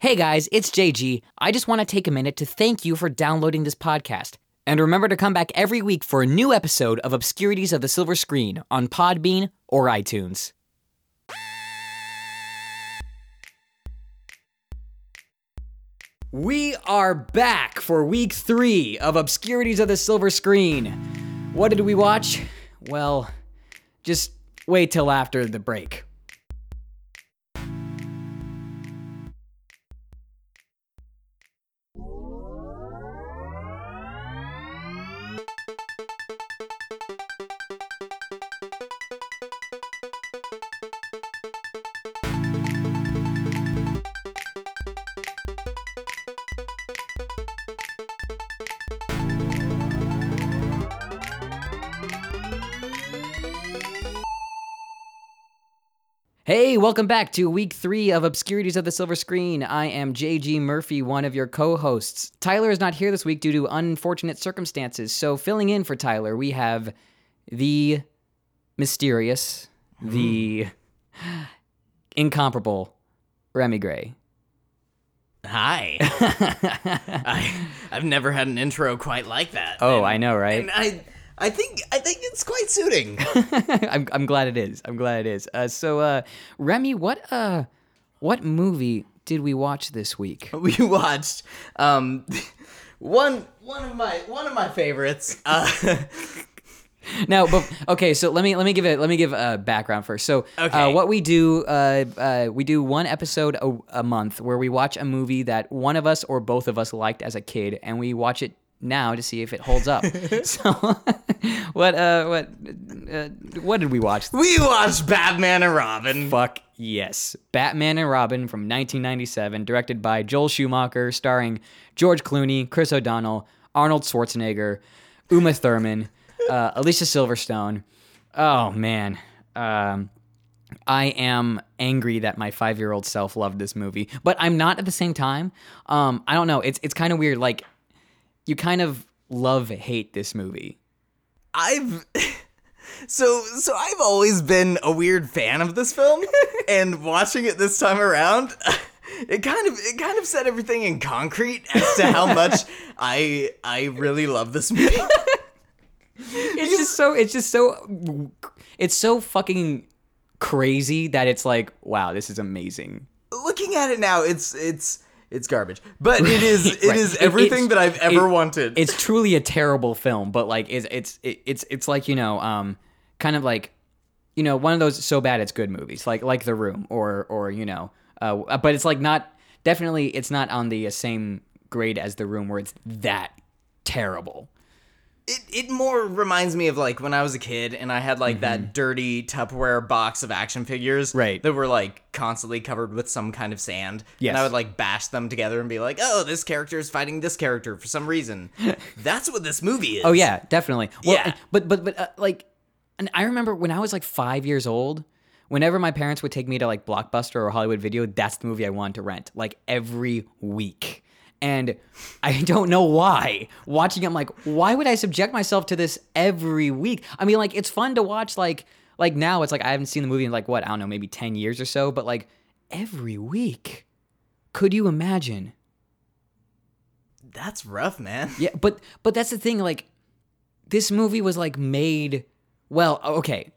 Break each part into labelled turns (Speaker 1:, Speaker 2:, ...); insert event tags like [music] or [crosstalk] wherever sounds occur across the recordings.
Speaker 1: Hey guys, it's JG. I just want to take a minute to thank you for downloading this podcast. And remember to come back every week for a new episode of Obscurities of the Silver Screen on Podbean or iTunes. We are back for week three of Obscurities of the Silver Screen. What did we watch? Well, just wait till after the break. Hey, welcome back to week three of Obscurities of the Silver Screen. I am JG Murphy, one of your co hosts. Tyler is not here this week due to unfortunate circumstances, so filling in for Tyler, we have the mysterious, the incomparable Remy Gray. [laughs]
Speaker 2: Hi. I, I've never had an intro quite like that.
Speaker 1: Oh,
Speaker 2: And-
Speaker 1: I know, right? [laughs]
Speaker 2: [laughs] And I, I think, I think it's quite suiting. [laughs]
Speaker 1: I'm, I'm glad it is. I'm glad it is. Uh, so, uh, Remy, what, uh, what movie did we watch this week?
Speaker 2: we watched um, [laughs] one one of my one of my favorites. Uh, [laughs]
Speaker 1: Now, but okay, so let me let me give it let me give a background first. So, uh,
Speaker 2: Okay.
Speaker 1: what we do, uh, uh, we do one episode a, a month where we watch a movie that one of us or both of us liked as a kid, and we watch it now to see if it holds up. so, [laughs] what uh, what uh, what did we watch?
Speaker 2: we watched Batman and Robin.
Speaker 1: Fuck yes, Batman and Robin from 1997, directed by Joel Schumacher, starring George Clooney, Chris O'Donnell, Arnold Schwarzenegger, Uma Thurman, [laughs] uh, Alicia Silverstone. Oh man, um, I am angry that my five-year-old self loved this movie, but I'm not at the same time. Um, I don't know. It's it's kind of weird. Like you kind of love hate this movie.
Speaker 2: I've [laughs] so so I've always been a weird fan of
Speaker 1: [laughs]
Speaker 2: this film, and watching it this time around, [laughs] it kind of it kind of set everything in concrete as to how
Speaker 1: [laughs]
Speaker 2: much I I really love this movie.
Speaker 1: it's just so it's just so it's so fucking crazy that it's like wow this is amazing
Speaker 2: Looking at it now, it's it's it's garbage, but it
Speaker 1: [laughs]
Speaker 2: is it is
Speaker 1: Right. It-
Speaker 2: everything
Speaker 1: it's-
Speaker 2: that I've ever
Speaker 1: it-
Speaker 2: wanted.
Speaker 1: it's truly a terrible film but like it's it's it- it's it's like you know um kind of like you know one of those so bad it's good movies like like the room or or you know uh but it's like not definitely it's not on the same grade as the room where it's that terrible
Speaker 2: it it more reminds me of like when I was a kid and I had like that dirty Tupperware box of action figures
Speaker 1: Mm-hmm. Right.
Speaker 2: that were like constantly covered with some kind of sand.
Speaker 1: Yes.
Speaker 2: And I would like bash them together and be like, "Oh, this character is fighting this character for
Speaker 1: [laughs]
Speaker 2: some reason." That's what this movie is.
Speaker 1: Oh yeah, definitely. Well,
Speaker 2: Yeah.
Speaker 1: But but but uh, like, and I remember when I was like five years old. Whenever my parents would take me to like Blockbuster or Hollywood Video, that's the movie I wanted to rent like every week. And I [laughs] don't know why. Watching it, I'm like, why would I subject myself to this every week? I mean, like, it's fun to watch. Like, like now, it's like I haven't seen the movie in like what I don't know, maybe ten years or so. But like every week, could you imagine?
Speaker 2: That's rough, man.
Speaker 1: Yeah, but but that's the thing. Like, this movie was like made. Well, okay.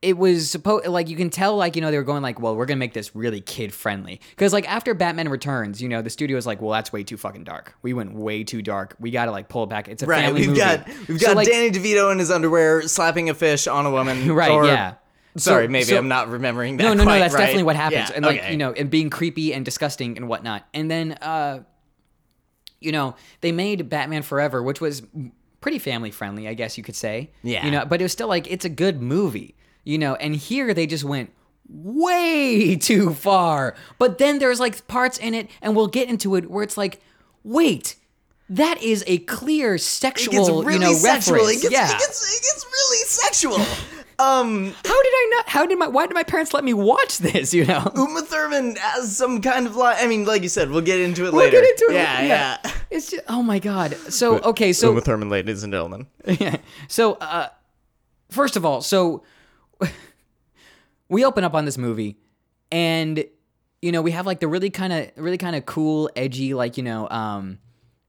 Speaker 1: It was supposed like you can tell like you know they were going like well we're gonna make this really kid friendly because like after Batman Returns you know the studio was like well that's way too fucking dark we went way too dark we gotta like pull it back it's a
Speaker 2: Right.
Speaker 1: family
Speaker 2: We've
Speaker 1: movie.
Speaker 2: got we've
Speaker 1: So,
Speaker 2: got
Speaker 1: like-
Speaker 2: Danny DeVito in his underwear slapping a fish on a
Speaker 1: [laughs]
Speaker 2: woman.
Speaker 1: right
Speaker 2: or-
Speaker 1: yeah
Speaker 2: Sorry,
Speaker 1: So-
Speaker 2: maybe
Speaker 1: so-
Speaker 2: I'm not remembering that.
Speaker 1: no, no,
Speaker 2: quite
Speaker 1: no. That's
Speaker 2: right.
Speaker 1: definitely what happens,
Speaker 2: Yeah,
Speaker 1: and like
Speaker 2: okay.
Speaker 1: you know, and being creepy and disgusting and whatnot. And then, uh, you know, they made Batman Forever, which was pretty family friendly, I guess you could say.
Speaker 2: Yeah.
Speaker 1: You know, but it was still like it's a good movie, you know. And here they just went way [laughs] too far. But then there's like parts in it, and we'll get into it where it's like, wait. That is a clear sexual,
Speaker 2: It's really
Speaker 1: you know,
Speaker 2: sexual.
Speaker 1: reference.
Speaker 2: It gets,
Speaker 1: yeah.
Speaker 2: it gets, it gets really sexual. um,
Speaker 1: how did I not? How did my? Why did my parents let me watch this? [laughs] You know.
Speaker 2: Uma Thurman has some kind of line. I mean, like you said, we'll get into it
Speaker 1: We'll
Speaker 2: later.
Speaker 1: get into it.
Speaker 2: Yeah, yeah.
Speaker 1: It's just oh my god. So okay, so
Speaker 2: Thurman, ladies and gentlemen.
Speaker 1: so uh, first [laughs] of all, so we open up on this movie, and you know, we have like the really kind of really kind of cool, edgy, like you know, um,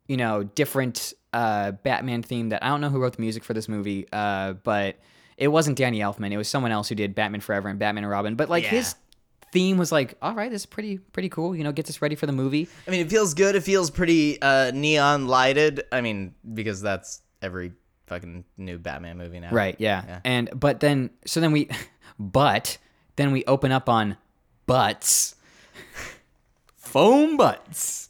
Speaker 1: you know, different uh, Batman theme that I don't know who wrote the music for this movie, uh, but it wasn't Danny Elfman. It was someone else who did Batman Forever and Batman and Robin. But like
Speaker 2: Yeah.
Speaker 1: his theme was like, all right, this is pretty pretty cool. You know, gets us ready for the movie.
Speaker 2: I mean, it feels good. It feels pretty uh, neon lighted. I mean, because that's every fucking new Batman movie now.
Speaker 1: Right. Yeah. And but then so then we, [laughs] but then we open up on butts, [laughs] foam butts.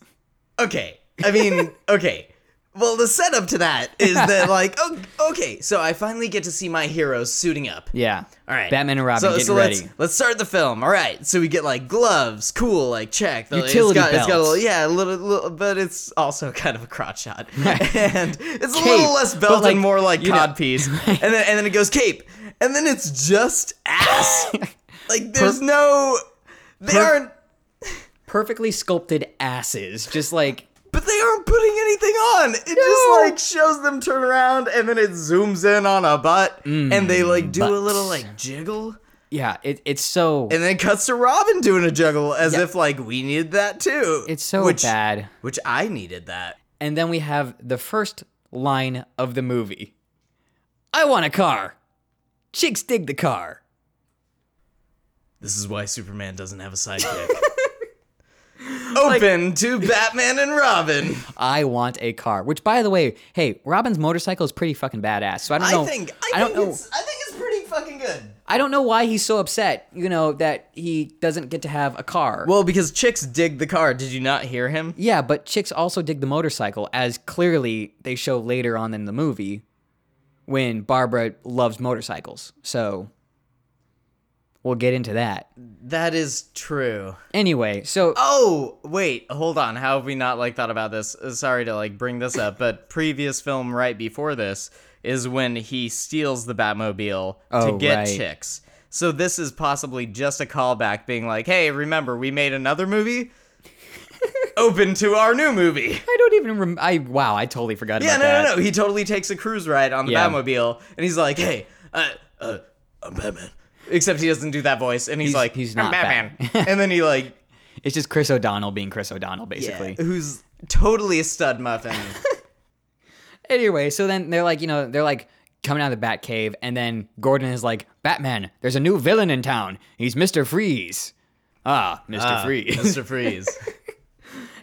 Speaker 2: Okay.
Speaker 1: [laughs]
Speaker 2: I mean, okay. Well, the setup to that is that like, oh, okay, so I finally get to see my heroes suiting up.
Speaker 1: Yeah.
Speaker 2: All right.
Speaker 1: Batman and Robin
Speaker 2: so,
Speaker 1: getting
Speaker 2: so
Speaker 1: ready.
Speaker 2: Let's, let's start the film. All right. So we get like gloves, cool, like check. The-
Speaker 1: Utility
Speaker 2: it's got, It's got a
Speaker 1: belts.
Speaker 2: little, yeah, a little, little, but it's also [laughs] kind of a
Speaker 1: [laughs]
Speaker 2: crotch shot, and it's a little less
Speaker 1: but,
Speaker 2: belt
Speaker 1: like,
Speaker 2: and more like
Speaker 1: you know- [laughs]
Speaker 2: codpiece. and then and then it goes cape, and then it's just
Speaker 1: [laughs]
Speaker 2: ass. like there's no, they
Speaker 1: per-
Speaker 2: aren't,
Speaker 1: Perfectly sculpted asses, just like
Speaker 2: but they aren't putting anything on. It
Speaker 1: No.
Speaker 2: just like shows them turn around, and then it zooms in on a butt, and they like do a little
Speaker 1: Mm, butts.
Speaker 2: like jiggle.
Speaker 1: yeah. It, it's so
Speaker 2: And then it cuts to Robin doing a juggle as
Speaker 1: Yeah.
Speaker 2: if like we needed that too.
Speaker 1: it's so
Speaker 2: which,
Speaker 1: bad.
Speaker 2: Which I needed that.
Speaker 1: And then we have the first line of the movie. I want a car. Chicks dig the car.
Speaker 2: This is why Superman doesn't have a [laughs] sidekick. Open to Batman and Robin.
Speaker 1: I want a car. Which, by the way, hey, Robin's motorcycle is pretty fucking badass. So I don't know.
Speaker 2: I think I,
Speaker 1: don't
Speaker 2: think
Speaker 1: know.
Speaker 2: it's I think it's pretty fucking good.
Speaker 1: I don't know why he's so upset. You know that he doesn't get to have a car.
Speaker 2: Well, because chicks dig the car. Did you not hear him?
Speaker 1: yeah, but chicks also dig the motorcycle, as clearly they show later on in the movie, when Barbara loves motorcycles. So we'll get into that.
Speaker 2: That is true.
Speaker 1: Anyway, so
Speaker 2: Oh, wait, hold on. How have we not like thought about this? Uh, Sorry to like bring this
Speaker 1: [laughs]
Speaker 2: up, but previous film right before this is when he steals the Batmobile
Speaker 1: Oh,
Speaker 2: to get
Speaker 1: right.
Speaker 2: chicks. So this is possibly just a callback being like, "Hey, remember we made
Speaker 1: [laughs]
Speaker 2: another movie? Open to our new movie." [laughs]
Speaker 1: I don't even. Rem- I wow, I totally forgot
Speaker 2: Yeah,
Speaker 1: about
Speaker 2: no,
Speaker 1: that.
Speaker 2: no, no. He totally takes a cruise ride on the
Speaker 1: Yeah.
Speaker 2: Batmobile and he's like, "Hey, uh, uh, I'm Batman." Except he doesn't do that voice and he's,
Speaker 1: He's-
Speaker 2: like,
Speaker 1: he's
Speaker 2: "I'm
Speaker 1: not
Speaker 2: Batman." and then he like
Speaker 1: It's just Chris O'Donnell being Chris O'Donnell, basically.
Speaker 2: Yeah, who's totally a stud [laughs] muffin.
Speaker 1: Anyway, so then they're like, you know, they're like coming out of the Bat Cave, and then Gordon is like, Batman, there's a new villain in town. He's Mister Freeze. Ah, Mister Freeze. [laughs]
Speaker 2: Mr. Uh, [laughs] Freeze.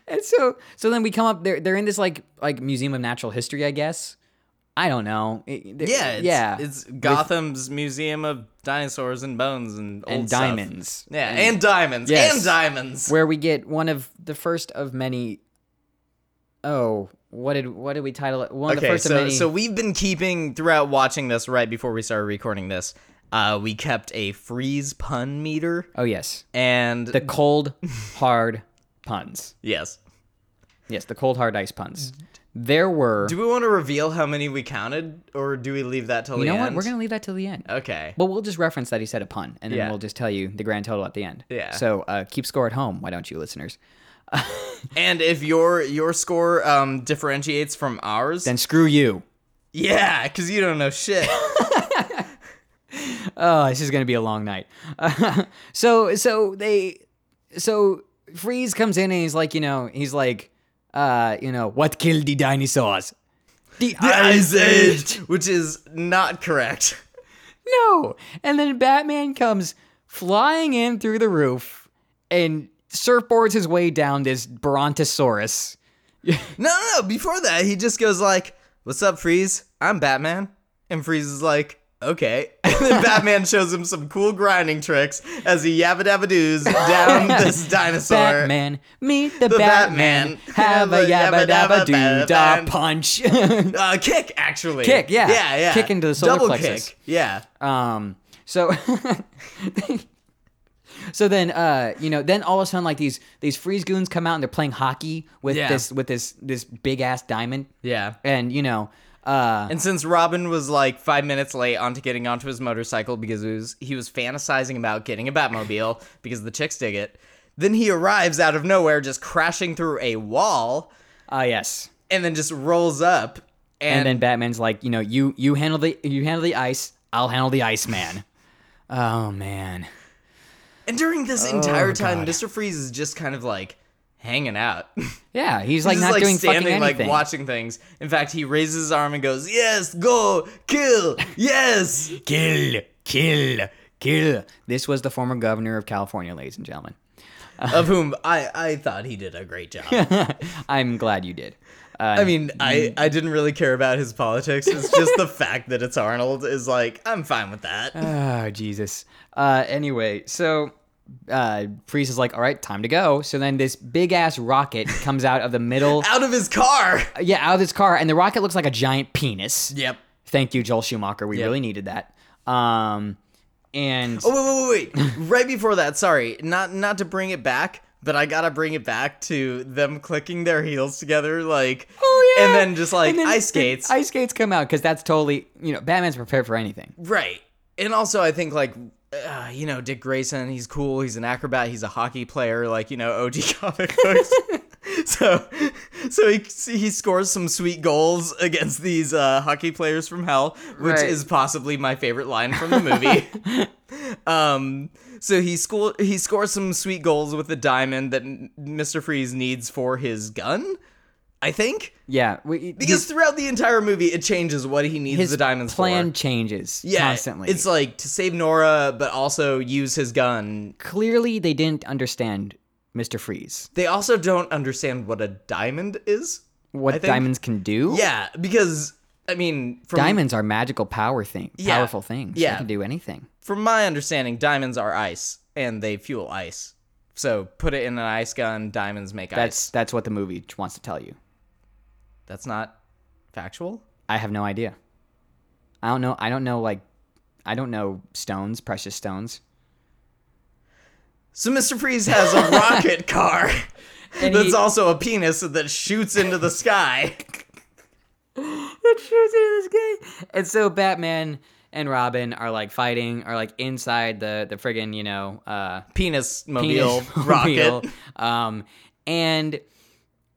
Speaker 1: and so, so then we come up. They're they're in this like like Museum of Natural History, I guess. I don't know. It- they're-
Speaker 2: Yeah, it's,
Speaker 1: yeah.
Speaker 2: It's Gotham's Museum of Dinosaurs and Bones and old
Speaker 1: and
Speaker 2: stuff.
Speaker 1: diamonds.
Speaker 2: Yeah, and, diamonds.
Speaker 1: Yes.
Speaker 2: And diamonds.
Speaker 1: where we get one of the first of many. Oh, what did what did we title it? One of the
Speaker 2: Okay,
Speaker 1: first of
Speaker 2: so
Speaker 1: many.
Speaker 2: so we've been keeping throughout watching this right before we started recording this. Uh, we kept a freeze pun meter
Speaker 1: oh yes,
Speaker 2: and
Speaker 1: the
Speaker 2: [laughs]
Speaker 1: cold hard puns.
Speaker 2: yes.
Speaker 1: Yes, the cold hard ice puns. There were.
Speaker 2: Mm-hmm. Do we want to reveal how many we counted, or do we leave that till
Speaker 1: you
Speaker 2: the
Speaker 1: know
Speaker 2: end?
Speaker 1: what? We're gonna leave that till the end.
Speaker 2: Okay.
Speaker 1: Uh, But we'll just reference that he said a pun, and then
Speaker 2: Yeah.
Speaker 1: we'll just tell you the grand total at the end.
Speaker 2: Yeah.
Speaker 1: So uh, keep score at home, why don't you, listeners?
Speaker 2: And if your your score um, differentiates from ours,
Speaker 1: Then screw you.
Speaker 2: Yeah, because you don't know [laughs] shit.
Speaker 1: Oh, this is gonna be a long night. [laughs] so so they so Freeze comes in and he's like, you know, he's like, uh, you know, what killed the dinosaurs? The
Speaker 2: Ice Age, which is not correct.
Speaker 1: No. And then Batman comes flying in through the roof and surfboards his way down this Brontosaurus.
Speaker 2: No, no, no. Before that, he just goes like, "What's up, Freeze? I'm Batman." And Freeze is like, "Okay." [laughs] And then Batman shows him some cool grinding tricks as he yabba dabba [laughs] doos down this dinosaur.
Speaker 1: Batman, meet uh, the, Batman,
Speaker 2: Batman.
Speaker 1: have a yabba dabba doo da
Speaker 2: Batman.
Speaker 1: punch. [laughs]
Speaker 2: Uh, kick, actually.
Speaker 1: Kick, yeah.
Speaker 2: yeah, yeah.
Speaker 1: Kick into the solar
Speaker 2: Double
Speaker 1: plexus.
Speaker 2: kick, yeah.
Speaker 1: um, so, [laughs] so then, uh, you know, then all of a sudden, like these these freeze goons come out and they're playing hockey with
Speaker 2: Yeah.
Speaker 1: this with this this big ass diamond,
Speaker 2: yeah.
Speaker 1: and you know, uh,
Speaker 2: And since Robin was like five minutes late onto getting onto his motorcycle because he was, he was fantasizing about getting a Batmobile because the chicks dig it, then he arrives out of nowhere, just crashing through a wall,
Speaker 1: ah, yes.
Speaker 2: and then just rolls up.
Speaker 1: And
Speaker 2: And,
Speaker 1: then Batman's like, you know, you you handle the you handle the ice, I'll handle the Iceman. oh man.
Speaker 2: and And during this entire time,
Speaker 1: God.
Speaker 2: Mr. Freeze is just kind of like hanging out. [laughs] He's
Speaker 1: Yeah, he's like
Speaker 2: just
Speaker 1: not
Speaker 2: like
Speaker 1: doing fucking
Speaker 2: standing,
Speaker 1: anything.
Speaker 2: like watching things. In fact, he raises his arm and goes, "Yes, go kill,
Speaker 1: [laughs]
Speaker 2: yes."
Speaker 1: kill, kill, kill. This was the former governor of California, ladies and gentlemen. [laughs]
Speaker 2: of whom I I thought he did a great job.
Speaker 1: I'm glad you did. Uh,
Speaker 2: I mean, I I didn't really care about his politics. It's just
Speaker 1: [laughs]
Speaker 2: the fact that it's Arnold is like, I'm fine with that. Ah,
Speaker 1: Oh, Jesus. Uh, anyway, so uh, Freeze is like, all right, time to go. So then this big ass rocket comes out of the
Speaker 2: [laughs]
Speaker 1: middle,
Speaker 2: Out of his car.
Speaker 1: yeah, out of this car, and the rocket looks like a giant penis.
Speaker 2: Yep.
Speaker 1: Thank you, Joel Schumacher. We
Speaker 2: Yep.
Speaker 1: really needed that. Um, and
Speaker 2: Oh wait, wait, wait, wait! right before that, sorry, not not to bring it back, but I gotta bring it back to them clicking their heels together, like,
Speaker 1: Oh, yeah.
Speaker 2: and then just like
Speaker 1: and then
Speaker 2: ice skates,
Speaker 1: the Ice skates come out because that's totally you know Batman's prepared for anything.
Speaker 2: right? And also, I think like. Uh, you know Dick Grayson, he's cool. He's an acrobat. He's a hockey player, like you know OG [laughs] comic
Speaker 1: [laughs]
Speaker 2: books. so, so he he scores some sweet goals against these uh, hockey players from hell, which
Speaker 1: Right.
Speaker 2: is possibly my favorite line from the movie.
Speaker 1: [laughs]
Speaker 2: Um, so he sco- he scores some sweet goals with the diamond that M- Mr. Freeze needs for his gun, I think.
Speaker 1: Yeah, we,
Speaker 2: Because throughout the entire movie, it changes what he needs
Speaker 1: his
Speaker 2: the diamonds
Speaker 1: plan
Speaker 2: for.
Speaker 1: changes
Speaker 2: Yeah,
Speaker 1: constantly.
Speaker 2: It's like to save Nora, but also use his gun.
Speaker 1: clearly they didn't understand Mister Freeze.
Speaker 2: They also don't understand what a diamond is.
Speaker 1: what
Speaker 2: think-
Speaker 1: diamonds can do.
Speaker 2: Yeah, because I mean, from
Speaker 1: diamonds are magical power thing,
Speaker 2: Yeah.
Speaker 1: powerful things.
Speaker 2: Yeah.
Speaker 1: they can do anything.
Speaker 2: from my understanding, diamonds are ice and they fuel ice. So put it in an ice gun, diamonds make
Speaker 1: That's
Speaker 2: ice.
Speaker 1: that's what the movie wants to tell you.
Speaker 2: That's not factual.
Speaker 1: I have no idea. I don't know. I don't know. Like, I don't know stones, precious stones.
Speaker 2: So Mr. Freeze
Speaker 1: [laughs]
Speaker 2: has a rocket car
Speaker 1: And
Speaker 2: that's
Speaker 1: he-
Speaker 2: also a penis that shoots into the sky.
Speaker 1: [laughs] It shows you this guy. And so Batman and Robin are like fighting, are like inside the the friggin' you know uh,
Speaker 2: Penis
Speaker 1: [laughs]
Speaker 2: mobile
Speaker 1: penis [laughs] mobile.
Speaker 2: rocket.
Speaker 1: Um, and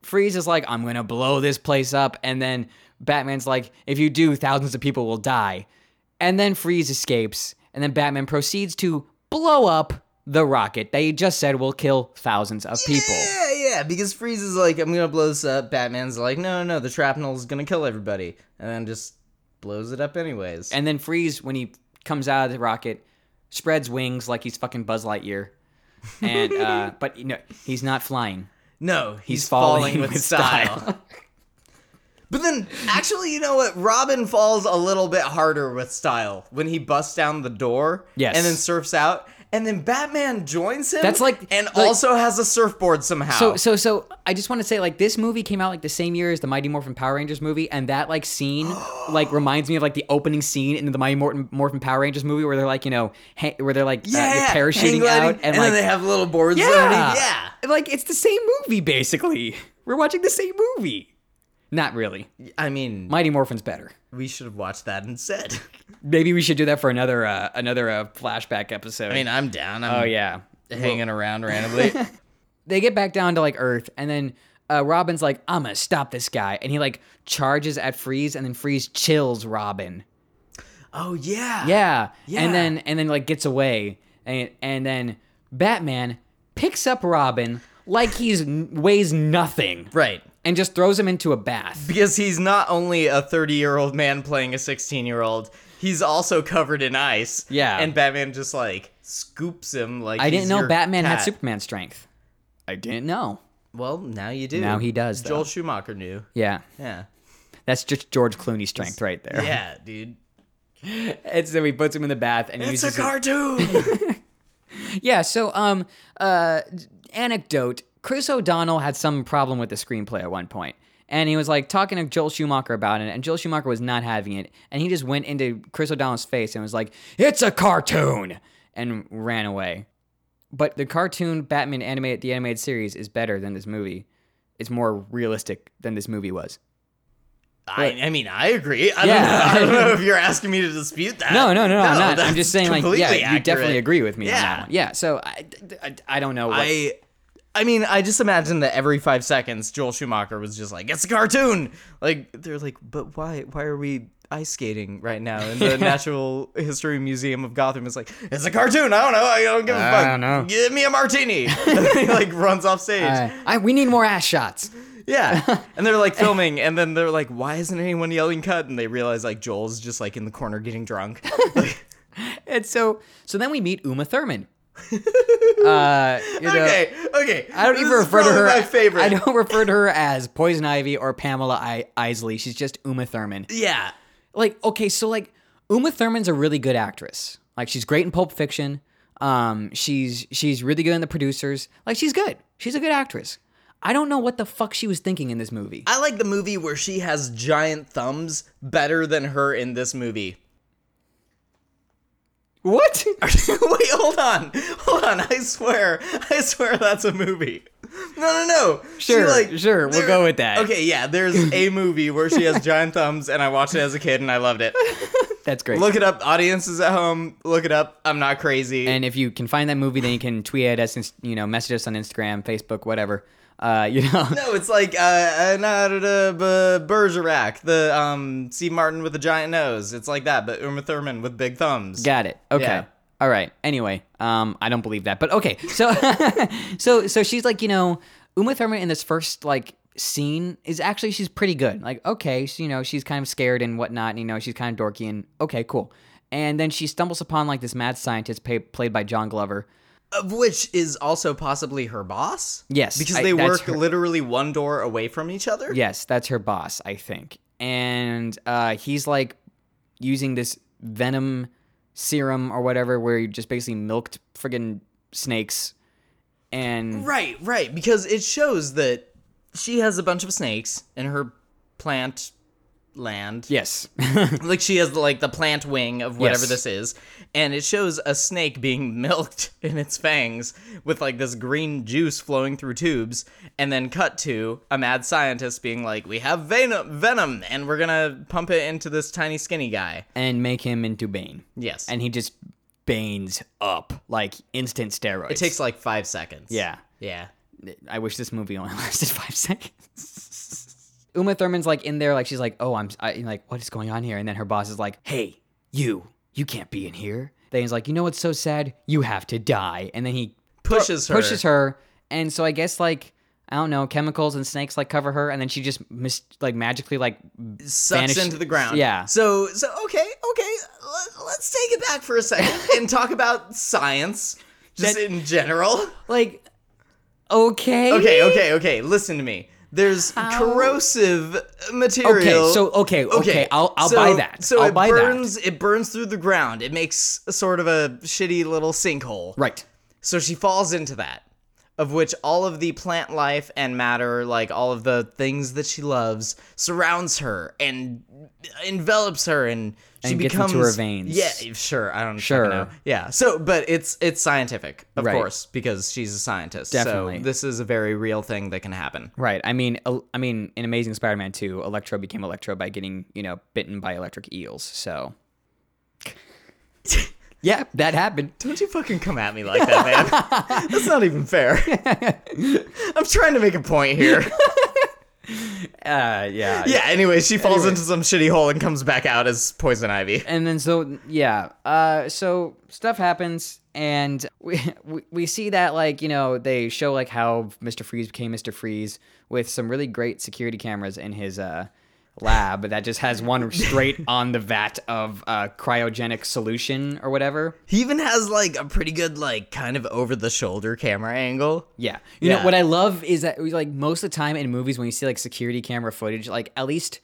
Speaker 1: Freeze is like, I'm gonna blow this place up, and then Batman's like, if you do, thousands of people will die. And then Freeze escapes, and then Batman proceeds to blow up the rocket that he just said will kill thousands of people.
Speaker 2: Yeah, yeah, because Freeze is like, I'm gonna blow this up. Batman's like, no, no, the shrapnel's gonna kill everybody. And then just blows it up anyways.
Speaker 1: And then Freeze, when he comes out of the rocket, spreads wings like he's fucking Buzz Lightyear. And uh, [laughs] but you know, he's not flying.
Speaker 2: no, he's,
Speaker 1: He's
Speaker 2: falling,
Speaker 1: falling
Speaker 2: with,
Speaker 1: with
Speaker 2: style. [laughs] but then, actually, you know what? Robin falls a little bit harder with style when he busts down the door
Speaker 1: Yes.
Speaker 2: and then surfs out. And then Batman joins him.
Speaker 1: That's like-
Speaker 2: and
Speaker 1: like-
Speaker 2: also has a surfboard somehow.
Speaker 1: So so so I just want to say like this movie came out like the same year as the Mighty Morphin Power Rangers movie, and that like [gasps] scene like reminds me of like the opening scene in the Mighty Morphin, Morphin Power Rangers movie where they're like you know ha- where they're like uh,
Speaker 2: yeah,
Speaker 1: you're
Speaker 2: hang
Speaker 1: parachuting
Speaker 2: gliding,
Speaker 1: out and, like
Speaker 2: then they have little boards.
Speaker 1: yeah
Speaker 2: underneath. yeah.
Speaker 1: like it's the same movie basically. We're watching the same movie. Not really.
Speaker 2: I mean,
Speaker 1: Mighty Morphin's better.
Speaker 2: we should have watched that instead. [laughs]
Speaker 1: Maybe we should do that for another uh, another uh, flashback episode.
Speaker 2: I mean, I'm down. I'm
Speaker 1: oh yeah.
Speaker 2: hanging around randomly.
Speaker 1: they get back down to like Earth, and then uh, Robin's like, "I'm gonna stop this guy," and he like charges at Freeze, and then Freeze chills Robin.
Speaker 2: [laughs] oh yeah.
Speaker 1: Yeah,
Speaker 2: Yeah.
Speaker 1: and then and then like gets away, and and then Batman picks up Robin like he's weighs nothing,
Speaker 2: Right.
Speaker 1: and just throws him into a bath.
Speaker 2: Because he's not only a 30 year old man playing a 16 year old, he's also covered in ice.
Speaker 1: Yeah.
Speaker 2: And Batman just like scoops him like
Speaker 1: I
Speaker 2: he's
Speaker 1: didn't know
Speaker 2: your
Speaker 1: Batman had
Speaker 2: cat.
Speaker 1: Superman strength. I didn't know.
Speaker 2: Well, now you do.
Speaker 1: Now he does, though.
Speaker 2: Joel Schumacher knew.
Speaker 1: Yeah,
Speaker 2: Yeah.
Speaker 1: that's just George Clooney strength right there.
Speaker 2: Yeah, dude.
Speaker 1: [laughs] And so he puts him in the bath and he
Speaker 2: It's a
Speaker 1: uses it-
Speaker 2: [laughs] cartoon.
Speaker 1: Yeah, so um uh anecdote, Chris O'Donnell had some problem with the screenplay at one point, And he was like talking to Joel Schumacher about it, and Joel Schumacher was not having it. And he just went into Chris O'Donnell's face and was like, "It's a cartoon," and ran away. But the cartoon Batman animated the animated series is better than this movie. It's more realistic than this movie was.
Speaker 2: I, I mean, I agree. I,
Speaker 1: Yeah.
Speaker 2: don't
Speaker 1: [laughs]
Speaker 2: know, I don't know if you're asking me to dispute that.
Speaker 1: No, no, no, I'm not. I'm
Speaker 2: that's
Speaker 1: just saying, like, yeah,
Speaker 2: completely
Speaker 1: you definitely
Speaker 2: accurate.
Speaker 1: agree with me on that
Speaker 2: Yeah.
Speaker 1: one. Yeah. So I, I, I don't know. What,
Speaker 2: I I mean, I just imagine that every five seconds Joel Schumacher was just like, It's a cartoon. Like they're like, but why why are we ice skating right now
Speaker 1: [laughs]
Speaker 2: in the Natural History Museum of Gotham. It's like it's a cartoon. I don't know. I don't give a
Speaker 1: I
Speaker 2: fuck.
Speaker 1: don't know."
Speaker 2: Give me
Speaker 1: [laughs]
Speaker 2: a martini. [laughs] and he like runs off stage.
Speaker 1: Uh, I, we need more ass shots. [laughs]
Speaker 2: Yeah. And they're like filming, and then they're like, why isn't anyone yelling cut? And they realize like Joel's just like in the corner getting drunk. [laughs] Like,
Speaker 1: And so, so then we meet Uma
Speaker 2: [laughs]
Speaker 1: Thurman. uh, you know,
Speaker 2: okay, okay.
Speaker 1: I don't
Speaker 2: This
Speaker 1: even
Speaker 2: is
Speaker 1: refer to
Speaker 2: probably
Speaker 1: her.
Speaker 2: My favorite.
Speaker 1: I don't [laughs] refer to her as Poison Ivy or Pamela I- Isley. She's just Uma Thurman.
Speaker 2: Yeah.
Speaker 1: Like, okay, so like Uma Thurman's a really good actress. Like, she's great in Pulp Fiction. Um, she's she's really good in The Producers. Like, she's good. She's a good actress. I don't know what the fuck she was thinking in this movie.
Speaker 2: I like the movie where she has giant thumbs better than her in this movie. [laughs]
Speaker 1: What?
Speaker 2: Wait, hold on. Hold on. I swear. I swear that's a movie. No, no, no. She,
Speaker 1: Sure, sure, we'll
Speaker 2: there-
Speaker 1: go with that.
Speaker 2: Okay, yeah. There's
Speaker 1: [laughs]
Speaker 2: a movie where she has giant thumbs, and I watched it as a kid, and I loved it.
Speaker 1: [laughs] That's great.
Speaker 2: Look it up. Audiences at home, look it up. I'm not crazy.
Speaker 1: And if you can find that movie, then you can tweet at us, ins- you know, message us on Instagram, Facebook, whatever. Uh, you know,
Speaker 2: no, it's like uh, uh, nah, da, da, b- Bergerac, the um, Steve Martin with a giant nose. It's like that, but Uma Thurman with big thumbs.
Speaker 1: got it. Okay.
Speaker 2: Yeah.
Speaker 1: All right. Anyway, um, I don't believe that, but okay. So, [laughs] so, so she's like, you know, Uma Thurman in this first like scene is actually she's pretty good. Like, okay, so, you know, she's kind of scared and whatnot. And, you know, she's kind of dorky and okay, cool. And then she stumbles upon like this mad scientist pa played by John Glover.
Speaker 2: Of which is also possibly her boss.
Speaker 1: Yes,
Speaker 2: because
Speaker 1: I-
Speaker 2: they
Speaker 1: that's
Speaker 2: work
Speaker 1: her-
Speaker 2: literally one door away from each other.
Speaker 1: Yes, that's her boss, I think. And uh, he's like using this venom serum or whatever, where you just basically milked friggin' snakes. And
Speaker 2: Right, right, because it shows that she has a bunch of snakes in her plant land.
Speaker 1: yes,
Speaker 2: [laughs]
Speaker 1: [laughs]
Speaker 2: Like she has the, like the plant wing of whatever
Speaker 1: Yes.
Speaker 2: this is, and it shows a snake being [laughs] milked in its fangs with like this green juice flowing through tubes, and then cut to a mad scientist being like, "We have venom, venom, and we're gonna pump it into this tiny skinny guy."
Speaker 1: and make him into Bane.
Speaker 2: Yes,
Speaker 1: And he just Banes up like instant steroids.
Speaker 2: it takes like five seconds.
Speaker 1: Yeah.
Speaker 2: yeah.
Speaker 1: I wish this movie only [laughs] lasted five seconds. Uma Thurman's like in there, like she's like, "Oh, I'm I, like, what is going on here?" And then her boss is like, "Hey, you, you can't be in here." Then he's like, "You know what's so sad? You have to die." And then he thro-
Speaker 2: Pushes her.
Speaker 1: pushes her, and so I guess like I don't know, chemicals and snakes like cover her, and then she just mis- like magically like
Speaker 2: sucks
Speaker 1: vanished-
Speaker 2: into the ground.
Speaker 1: Yeah.
Speaker 2: So so okay okay let, let's take it back for
Speaker 1: [laughs]
Speaker 2: a second and talk about science just
Speaker 1: That-
Speaker 2: in general.
Speaker 1: like okay,
Speaker 2: Okay okay okay listen to me. There's corrosive material.
Speaker 1: Okay, so- okay, okay, I'll- I'll buy that.
Speaker 2: So
Speaker 1: I'll
Speaker 2: it
Speaker 1: buy that.
Speaker 2: burns it burns through the ground. It makes a sort of a shitty little sinkhole.
Speaker 1: right,
Speaker 2: So she falls into that, of which all of the plant life and matter, like all of the things that she loves, surrounds her and envelops her, and she
Speaker 1: And gets into
Speaker 2: becomes
Speaker 1: her veins.
Speaker 2: Yeah, sure. I don't sure.
Speaker 1: Sure.
Speaker 2: know. Yeah. So, but it's it's scientific, of
Speaker 1: Right.
Speaker 2: course, because she's a scientist.
Speaker 1: Definitely.
Speaker 2: So this is a very real thing that can happen.
Speaker 1: right. I mean, el- I mean, in Amazing Spider-Man two, Electro became Electro by getting you know bitten by electric eels. So yeah, that happened.
Speaker 2: Don't you fucking come at me [laughs] like that, man. That's not even fair. I'm trying to make a point [laughs] here.
Speaker 1: Uh, [laughs] yeah.
Speaker 2: Yeah, anyway, she falls into some shitty hole and comes back out as poison ivy.
Speaker 1: And then so yeah, uh, so stuff happens, and we, we we see that like you know they show like how Mister Freeze became Mister Freeze with some really great security cameras in his uh lab that just has one straight on the vat of uh, cryogenic solution or whatever.
Speaker 2: He even has like a pretty good like kind of over the shoulder camera angle.
Speaker 1: Yeah. You
Speaker 2: Yeah.
Speaker 1: know what I love is that like most of the time in movies when you see like security camera footage, like at least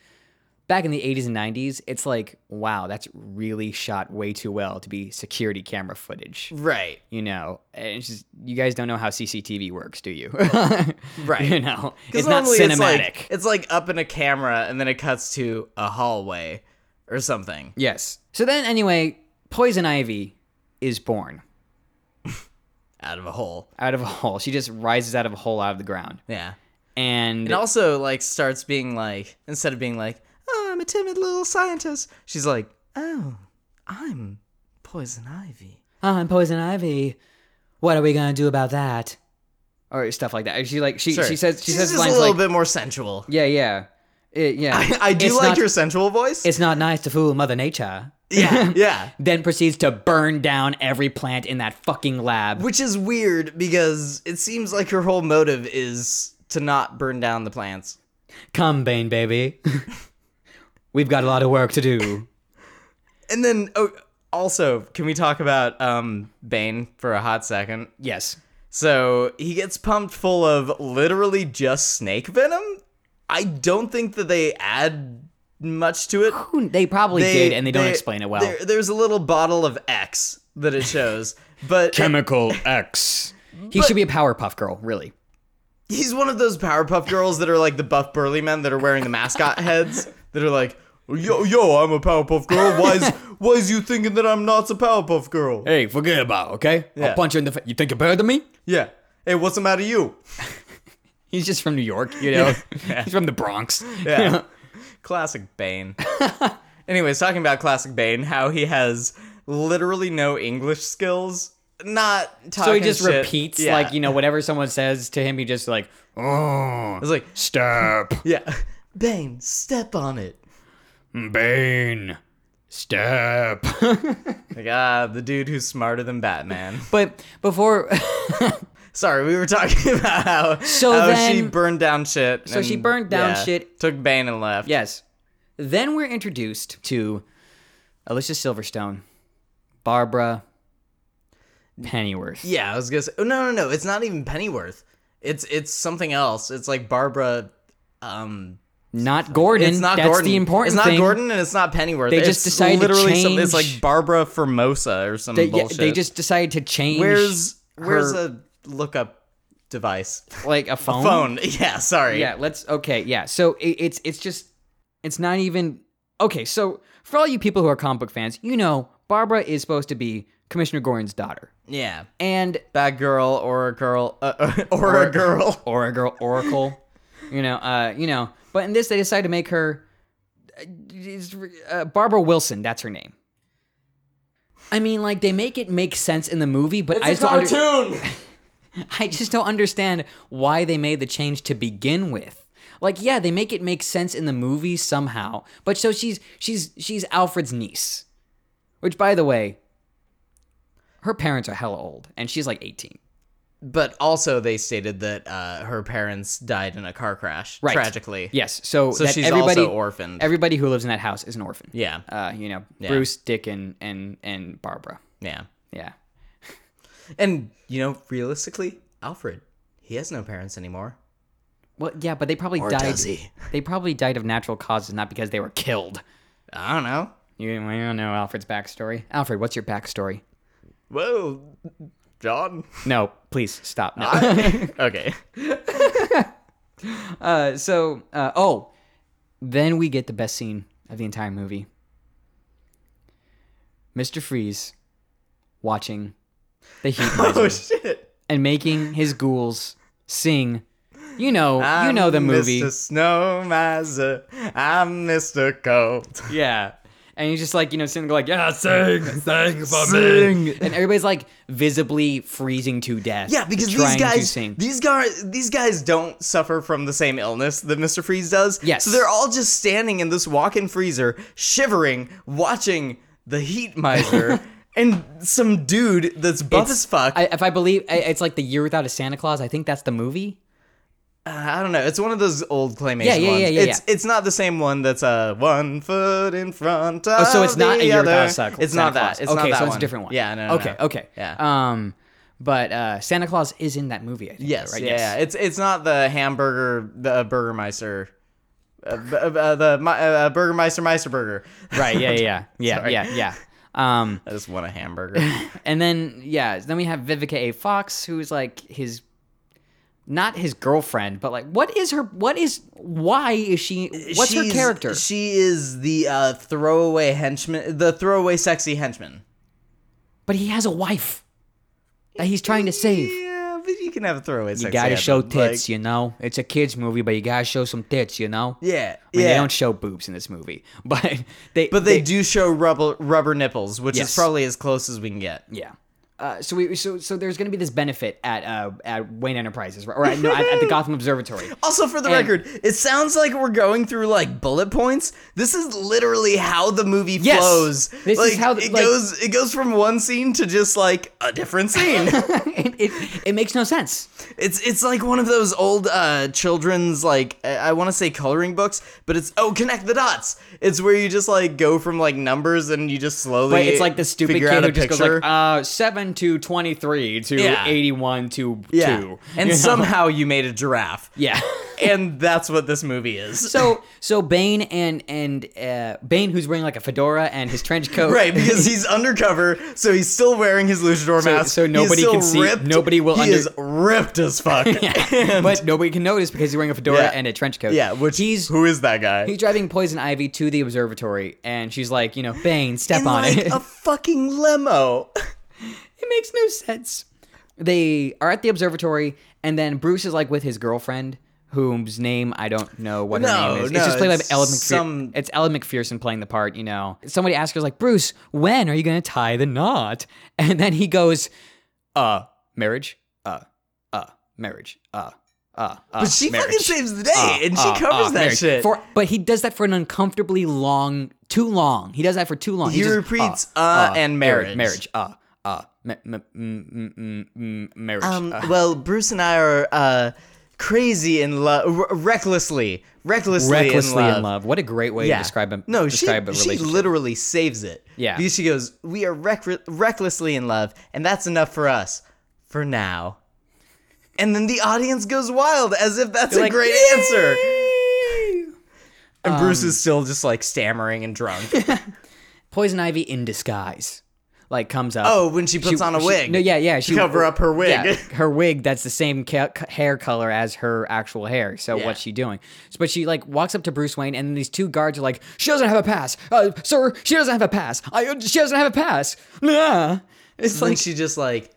Speaker 1: back in the 80s and 90s, it's like wow, that's really shot way too well to be security camera footage.
Speaker 2: Right.
Speaker 1: You know, and it's just you guys don't know how CCTV works, do you? [laughs]
Speaker 2: Right.
Speaker 1: You know,
Speaker 2: 'Cause
Speaker 1: it's not
Speaker 2: normally
Speaker 1: cinematic.
Speaker 2: It's like, it's like up in a camera and then it cuts to a hallway or something.
Speaker 1: yes. So then anyway, Poison Ivy is born
Speaker 2: Out of a hole.
Speaker 1: out of a hole. She just rises out of a hole out of the ground.
Speaker 2: Yeah.
Speaker 1: And
Speaker 2: And also like starts being like instead of being like, Oh, I'm a timid little scientist she's like, Oh, I'm poison ivy.
Speaker 1: oh, I'm Poison Ivy. What are we gonna do about that? Or stuff like that. She like she
Speaker 2: Sure.
Speaker 1: she says she
Speaker 2: she's
Speaker 1: says
Speaker 2: just
Speaker 1: lines
Speaker 2: a little
Speaker 1: like
Speaker 2: bit more sensual.
Speaker 1: yeah yeah, It- yeah,
Speaker 2: I, I
Speaker 1: [laughs]
Speaker 2: do
Speaker 1: It's
Speaker 2: like
Speaker 1: not-
Speaker 2: your sensual voice.
Speaker 1: It's not nice to fool Mother Nature. [laughs]
Speaker 2: yeah, yeah.
Speaker 1: Then proceeds to burn down every plant in that fucking lab.
Speaker 2: Which is weird because it seems like her whole motive is to not burn down the plants.
Speaker 1: Come, Bane baby. [laughs] We've got a lot of work to do.
Speaker 2: And then, oh, also, can we talk about um, Bane for a hot second?
Speaker 1: Yes.
Speaker 2: So he gets pumped full of literally just snake venom. I don't think that they add much to it.
Speaker 1: Who- They probably did, and they don't explain it well.
Speaker 2: there- there's a little bottle of X that it shows,
Speaker 1: [laughs]
Speaker 2: but
Speaker 1: Chemical X. He should be a Powerpuff Girl, really.
Speaker 2: he's one of those Powerpuff Girls that are like the buff burly men that are wearing the mascot heads that are like, yo, yo, I'm a Powerpuff Girl. Why's why's you thinking that I'm not a Powerpuff Girl?
Speaker 1: Hey, forget about it, okay?
Speaker 2: Yeah. punch
Speaker 1: you in the face. You think you're better than me?
Speaker 2: Yeah. Hey, what's the matter you?
Speaker 1: He's just from New York, you know? [laughs] He's from the Bronx.
Speaker 2: Yeah. classic Bane. [laughs] Anyways, talking about classic Bane, how he has literally no English skills. Not talking
Speaker 1: So he just
Speaker 2: shit.
Speaker 1: repeats,
Speaker 2: Yeah.
Speaker 1: like, you know, whatever someone says to him, he just, like, oh,
Speaker 2: It's like,
Speaker 1: step,
Speaker 2: yeah. [laughs] Bane, step on it.
Speaker 1: Bane,
Speaker 2: [laughs]
Speaker 1: step.
Speaker 2: Like, ah, the dude who's smarter than Batman.
Speaker 1: but before, [laughs]
Speaker 2: Sorry, we were talking [laughs] about how,
Speaker 1: So
Speaker 2: how she
Speaker 1: then-
Speaker 2: burned down shit. So
Speaker 1: she burned down shit.
Speaker 2: Took Bane and left.
Speaker 1: yes. Then we're introduced to Alicia Silverstone, Barbara Pennyworth.
Speaker 2: Yeah, I was gonna say. Oh, no, no, no. It's not even Pennyworth. It's it's something else. It's like Barbara. Um,
Speaker 1: Not Gordon.
Speaker 2: It's not
Speaker 1: That's
Speaker 2: Gordon.
Speaker 1: the important
Speaker 2: It's not
Speaker 1: thing.
Speaker 2: Gordon and it's not Pennyworth.
Speaker 1: They
Speaker 2: it's
Speaker 1: just decided to
Speaker 2: literally some-
Speaker 1: change-
Speaker 2: it's like Barbara Formosa or some
Speaker 1: They, yeah,
Speaker 2: bullshit.
Speaker 1: they just decided to change.
Speaker 2: where's where's
Speaker 1: her-
Speaker 2: a lookup device?
Speaker 1: like a phone?
Speaker 2: Phone. [laughs] Yeah, sorry.
Speaker 1: Yeah. Let's. Okay. Yeah. So it, it's it's just it's not even okay. So for all you people who are comic book fans, you know Barbara is supposed to be Commissioner Gordon's daughter,
Speaker 2: Yeah.
Speaker 1: and
Speaker 2: Bad girl or a girl uh, [laughs] or a girl.
Speaker 1: or a girl Oracle, you know, uh, you know. But in this, they decide to make her uh, Barbara Wilson. That's her name. I mean, like they make it make sense in the movie, but I just don't under- I just don't understand why they made the change to begin with. Like, yeah, they make it make sense in the movie somehow, but so she's she's she's Alfred's niece, which, by the way, her parents are hella old, and she's like eighteen.
Speaker 2: but also they stated that uh, her parents died in a car crash
Speaker 1: Right.
Speaker 2: tragically.
Speaker 1: Yes, so,
Speaker 2: So
Speaker 1: that
Speaker 2: she's
Speaker 1: everybody,
Speaker 2: also orphaned.
Speaker 1: Everybody who lives in that house is an orphan.
Speaker 2: yeah.
Speaker 1: Uh, you know, Bruce, Dick, and and and Barbara.
Speaker 2: Yeah.
Speaker 1: Yeah.
Speaker 2: And you know, realistically, Alfred, he has no parents anymore.
Speaker 1: Well, yeah, but they probably
Speaker 2: Or
Speaker 1: died.
Speaker 2: does he?
Speaker 1: They probably died of natural causes, not because they were killed.
Speaker 2: I don't know.
Speaker 1: You, we don't know Alfred's backstory. Alfred, what's your backstory?
Speaker 2: Well, [laughs] John.
Speaker 1: No, please stop. No. [laughs]
Speaker 2: okay.
Speaker 1: Uh, so, uh, oh, then we get the best scene of the entire movie. Mr. Freeze watching the [laughs] heat
Speaker 2: Oh
Speaker 1: rising
Speaker 2: shit.
Speaker 1: and making his ghouls sing. You know, you know the
Speaker 2: I'm
Speaker 1: movie.
Speaker 2: Mr. Snowmiser. I'm Mr. Cold.
Speaker 1: Yeah. And he's just like, you know, singing like, yeah, [laughs] sing, sing for me. And everybody's like visibly freezing to death.
Speaker 2: Yeah, because these
Speaker 1: trying to
Speaker 2: guys,
Speaker 1: sing.
Speaker 2: these guys, these guys don't suffer from the same illness that Mr. Freeze does.
Speaker 1: Yes.
Speaker 2: So they're all just standing in this walk-in freezer, shivering, watching the
Speaker 1: [laughs]
Speaker 2: heat miser and some dude that's buff
Speaker 1: It's-
Speaker 2: as fuck.
Speaker 1: I, if I believe, I, it's like the year without a Santa Claus. I think that's the movie.
Speaker 2: Uh, I don't know. It's one of those old claymation
Speaker 1: Yeah, yeah,
Speaker 2: ones.
Speaker 1: yeah, yeah,
Speaker 2: it's it's not the same one that's uh one foot in front of.
Speaker 1: Oh, so it's not
Speaker 2: Uh, the
Speaker 1: a year
Speaker 2: other.
Speaker 1: without a Santa Claus.
Speaker 2: It's not
Speaker 1: Santa
Speaker 2: that.
Speaker 1: Claus.
Speaker 2: It's
Speaker 1: okay,
Speaker 2: not that
Speaker 1: so
Speaker 2: one.
Speaker 1: it's a different one.
Speaker 2: Yeah, no. no,
Speaker 1: okay,
Speaker 2: no.
Speaker 1: okay.
Speaker 2: Yeah.
Speaker 1: Um, but uh, Santa Claus is in that movie. I think,
Speaker 2: Yes.
Speaker 1: Right?
Speaker 2: yeah, yeah. It's it's not the hamburger the Burgermeister, uh, b- uh, the Mi- uh, Burgermeister Meister Burger. [laughs]
Speaker 1: Right. Yeah. Yeah. Yeah.
Speaker 2: Sorry.
Speaker 1: yeah. Yeah. Yeah. Um,
Speaker 2: I just want a hamburger.
Speaker 1: and then yeah, then we have Vivica A. Fox, who's like his, not his girlfriend, but like, what is her? What is? Why is she? [laughs] What's her
Speaker 2: She's-
Speaker 1: character?
Speaker 2: She is the uh, throwaway henchman, the throwaway sexy henchman.
Speaker 1: but he has a wife that he's trying to save.
Speaker 2: Yeah, but you can have a throwaway.
Speaker 1: You gotta show tits, you know. It's a kids movie, but you gotta show some tits, you know.
Speaker 2: yeah,
Speaker 1: I mean,
Speaker 2: yeah.
Speaker 1: they don't show boobs in this movie, [laughs] but they
Speaker 2: But they, do show rubber rubber nipples, which
Speaker 1: Yes.
Speaker 2: is probably as close as we can get.
Speaker 1: yeah. Uh, so we so so there's going to be this benefit at uh, at Wayne Enterprises or at, no, at, at the Gotham Observatory.
Speaker 2: Also, for the
Speaker 1: And-
Speaker 2: record, it sounds like we're going through like bullet points. This is literally how the movie
Speaker 1: Yes.
Speaker 2: flows.
Speaker 1: This is
Speaker 2: Like,
Speaker 1: how the-
Speaker 2: it
Speaker 1: like-
Speaker 2: goes. It goes from one scene to just like a
Speaker 1: [laughs]
Speaker 2: different scene.
Speaker 1: [laughs] it, it it makes no sense.
Speaker 2: it's it's like one of those old uh, children's like I, I want to say coloring books, but it's oh connect the dots. It's where you just like go from like numbers and you just slowly.
Speaker 1: But it's like the stupid
Speaker 2: figure
Speaker 1: kid
Speaker 2: out
Speaker 1: who
Speaker 2: a
Speaker 1: just goes
Speaker 2: picture.
Speaker 1: like uh, seven to twenty three to
Speaker 2: Yeah.
Speaker 1: eighty one to
Speaker 2: yeah,
Speaker 1: two, [laughs]
Speaker 2: and
Speaker 1: you know?
Speaker 2: somehow you made a giraffe.
Speaker 1: [laughs] yeah.
Speaker 2: and that's what this movie is.
Speaker 1: So so Bane and and uh, Bane who's wearing like a fedora and his trench coat [laughs]
Speaker 2: Right, because he's undercover, so he's still wearing his luchador
Speaker 1: So-
Speaker 2: mask.
Speaker 1: so
Speaker 2: He's
Speaker 1: nobody
Speaker 2: still
Speaker 1: can see-
Speaker 2: ripped.
Speaker 1: nobody will
Speaker 2: He
Speaker 1: under-
Speaker 2: is ripped as
Speaker 1: [laughs]
Speaker 2: fuck. yeah.
Speaker 1: but nobody can notice because he's wearing a fedora
Speaker 2: Yeah.
Speaker 1: and a trench coat.
Speaker 2: [laughs] yeah, which
Speaker 1: he's
Speaker 2: who is that guy?
Speaker 1: he's driving Poison Ivy to the observatory, and she's like, you know, Bane, step
Speaker 2: in
Speaker 1: on
Speaker 2: like
Speaker 1: it. [laughs]
Speaker 2: a fucking limo.
Speaker 1: it makes no sense. They are at the observatory, and then Bruce is like with his girlfriend, whose name I don't know what her
Speaker 2: No,
Speaker 1: name is.
Speaker 2: no,
Speaker 1: it's just played
Speaker 2: it's
Speaker 1: by Ellen McPherson.
Speaker 2: some-
Speaker 1: It's Ellen McPherson playing the part. You know, somebody asks her like, Bruce, when are you gonna tie the knot? And then he goes, uh, marriage, uh, uh, marriage, uh. Uh, uh,
Speaker 2: [laughs] But she
Speaker 1: marriage.
Speaker 2: fucking saves the day,
Speaker 1: Uh,
Speaker 2: [laughs] and she
Speaker 1: uh,
Speaker 2: covers
Speaker 1: uh,
Speaker 2: that
Speaker 1: marriage.
Speaker 2: shit.
Speaker 1: For, but he does that for an uncomfortably long, too long. He does that for too long.
Speaker 2: He
Speaker 1: just,
Speaker 2: repeats, uh, and marriage.
Speaker 1: marriage, uh, uh, ma- ma- mm, mm, mm, mm, marriage.
Speaker 2: um,
Speaker 1: uh,
Speaker 2: well, Bruce and I are uh, crazy in love, r- recklessly, recklessly,
Speaker 1: recklessly
Speaker 2: in love.
Speaker 1: in love. What a great way to describe a
Speaker 2: no,
Speaker 1: describe a
Speaker 2: she, she
Speaker 1: relationship.
Speaker 2: literally saves it.
Speaker 1: Yeah.
Speaker 2: Because she goes, We are rec- recklessly in love, and that's enough for us for now. And then the audience goes wild as if that's a
Speaker 1: like,
Speaker 2: great answer. And Bruce
Speaker 1: Um,
Speaker 2: is still just like stammering and drunk.
Speaker 1: Poison Ivy in disguise, like comes up.
Speaker 2: oh, when she puts on a
Speaker 1: she-
Speaker 2: wig.
Speaker 1: no, yeah, yeah. She
Speaker 2: cover up her wig.
Speaker 1: [laughs]
Speaker 2: [laughs]
Speaker 1: Yeah, her wig that's the same ca- c- hair color as her actual hair. So
Speaker 2: Yeah.
Speaker 1: what's she doing? So, but she like walks up to Bruce Wayne, and these two guards are like, "She doesn't have a pass, uh, sir. She doesn't have a pass. I, uh, she doesn't have a pass." Nah. It's
Speaker 2: Like
Speaker 1: like
Speaker 2: she just like,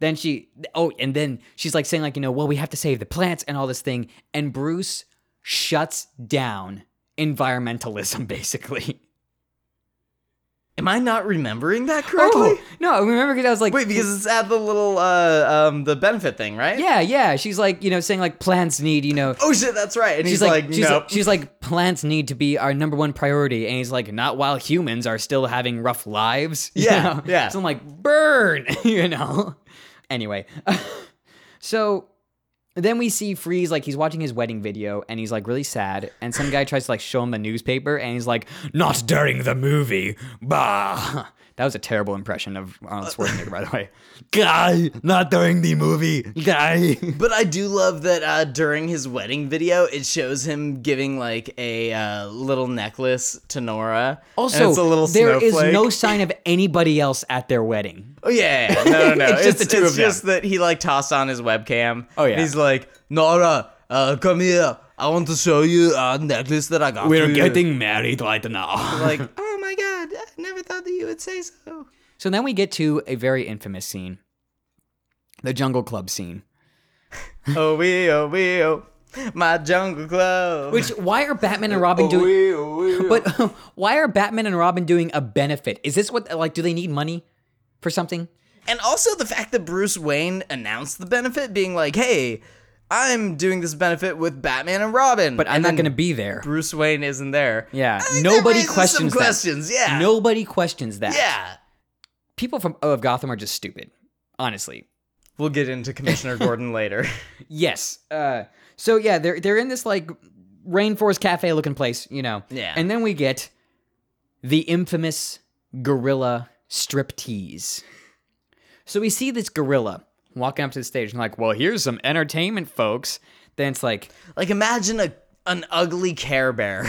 Speaker 1: then she oh, and then she's like saying like you know, well, we have to save the plants and all this thing, and Bruce shuts down environmentalism [laughs] basically.
Speaker 2: Am I not remembering that correctly?
Speaker 1: Oh, no, I remember because I was like,
Speaker 2: Wait, because it's at the little uh um the benefit thing, right?
Speaker 1: yeah, yeah. She's like you know saying like plants need you know
Speaker 2: Oh shit, that's right. And
Speaker 1: She's
Speaker 2: he's
Speaker 1: like,
Speaker 2: like,
Speaker 1: she's,
Speaker 2: nope.
Speaker 1: like she's like plants need to be our number one priority, and he's like, not while humans are still having rough lives. [laughs] you
Speaker 2: Yeah,
Speaker 1: know?
Speaker 2: yeah.
Speaker 1: So I'm like, burn, [laughs] you know. Anyway, [laughs] so then we see Freeze like he's watching his wedding video, and he's like really sad, and some guy tries to like show him the newspaper, and he's like, not during the movie, bah. [laughs] That was a terrible impression of Arnold Schwarzenegger, by the way. Guy, not during the movie, guy.
Speaker 2: But I do love that uh, during his wedding video, it shows him giving like a uh, little necklace to Nora.
Speaker 1: Also,
Speaker 2: and it's a little
Speaker 1: there is
Speaker 2: snowflake.
Speaker 1: no sign of anybody else at their wedding.
Speaker 2: Oh yeah, yeah, yeah. no, no, no.
Speaker 1: [laughs] It's just the two
Speaker 2: it's
Speaker 1: of them.
Speaker 2: just that he like tossed on his webcam.
Speaker 1: Oh, yeah.
Speaker 2: And he's like, Nora, uh, come here. I want to show you a necklace that I got. for you."
Speaker 1: married right now.
Speaker 2: [laughs] like, oh my god, I never thought that you would
Speaker 1: [laughs]
Speaker 2: say so.
Speaker 1: So then we get to a very infamous scene the Jungle Club scene.
Speaker 2: Oh we, oh we, oh, my jungle club.
Speaker 1: Which, why are Batman and Robin
Speaker 2: oh,
Speaker 1: doing.
Speaker 2: we, oh, we, oh.
Speaker 1: But [laughs] why are Batman and Robin doing a benefit? Is this what, like, do they need money for something?
Speaker 2: And also the fact that Bruce Wayne announced the benefit, being like, "Hey, I'm doing this benefit with Batman and Robin,"
Speaker 1: But I'm
Speaker 2: And
Speaker 1: not
Speaker 2: then
Speaker 1: going to be there.
Speaker 2: Bruce Wayne isn't there.
Speaker 1: Yeah.
Speaker 2: I think that
Speaker 1: Nobody
Speaker 2: raises some
Speaker 1: questions that.
Speaker 2: questions. Yeah.
Speaker 1: Nobody questions that.
Speaker 2: Yeah.
Speaker 1: People from O of Gotham are just stupid, honestly.
Speaker 2: We'll get into [laughs] Commissioner Gordon later.
Speaker 1: Yes. Uh, so yeah, they're they're in this like rainforest cafe looking place, you know.
Speaker 2: Yeah.
Speaker 1: And then we get the infamous gorilla striptease. So we see this gorilla walking up to the stage and like, well, here's some entertainment, folks. Then it's
Speaker 2: [laughs]
Speaker 1: like,
Speaker 2: Like, imagine a an ugly Care Bear,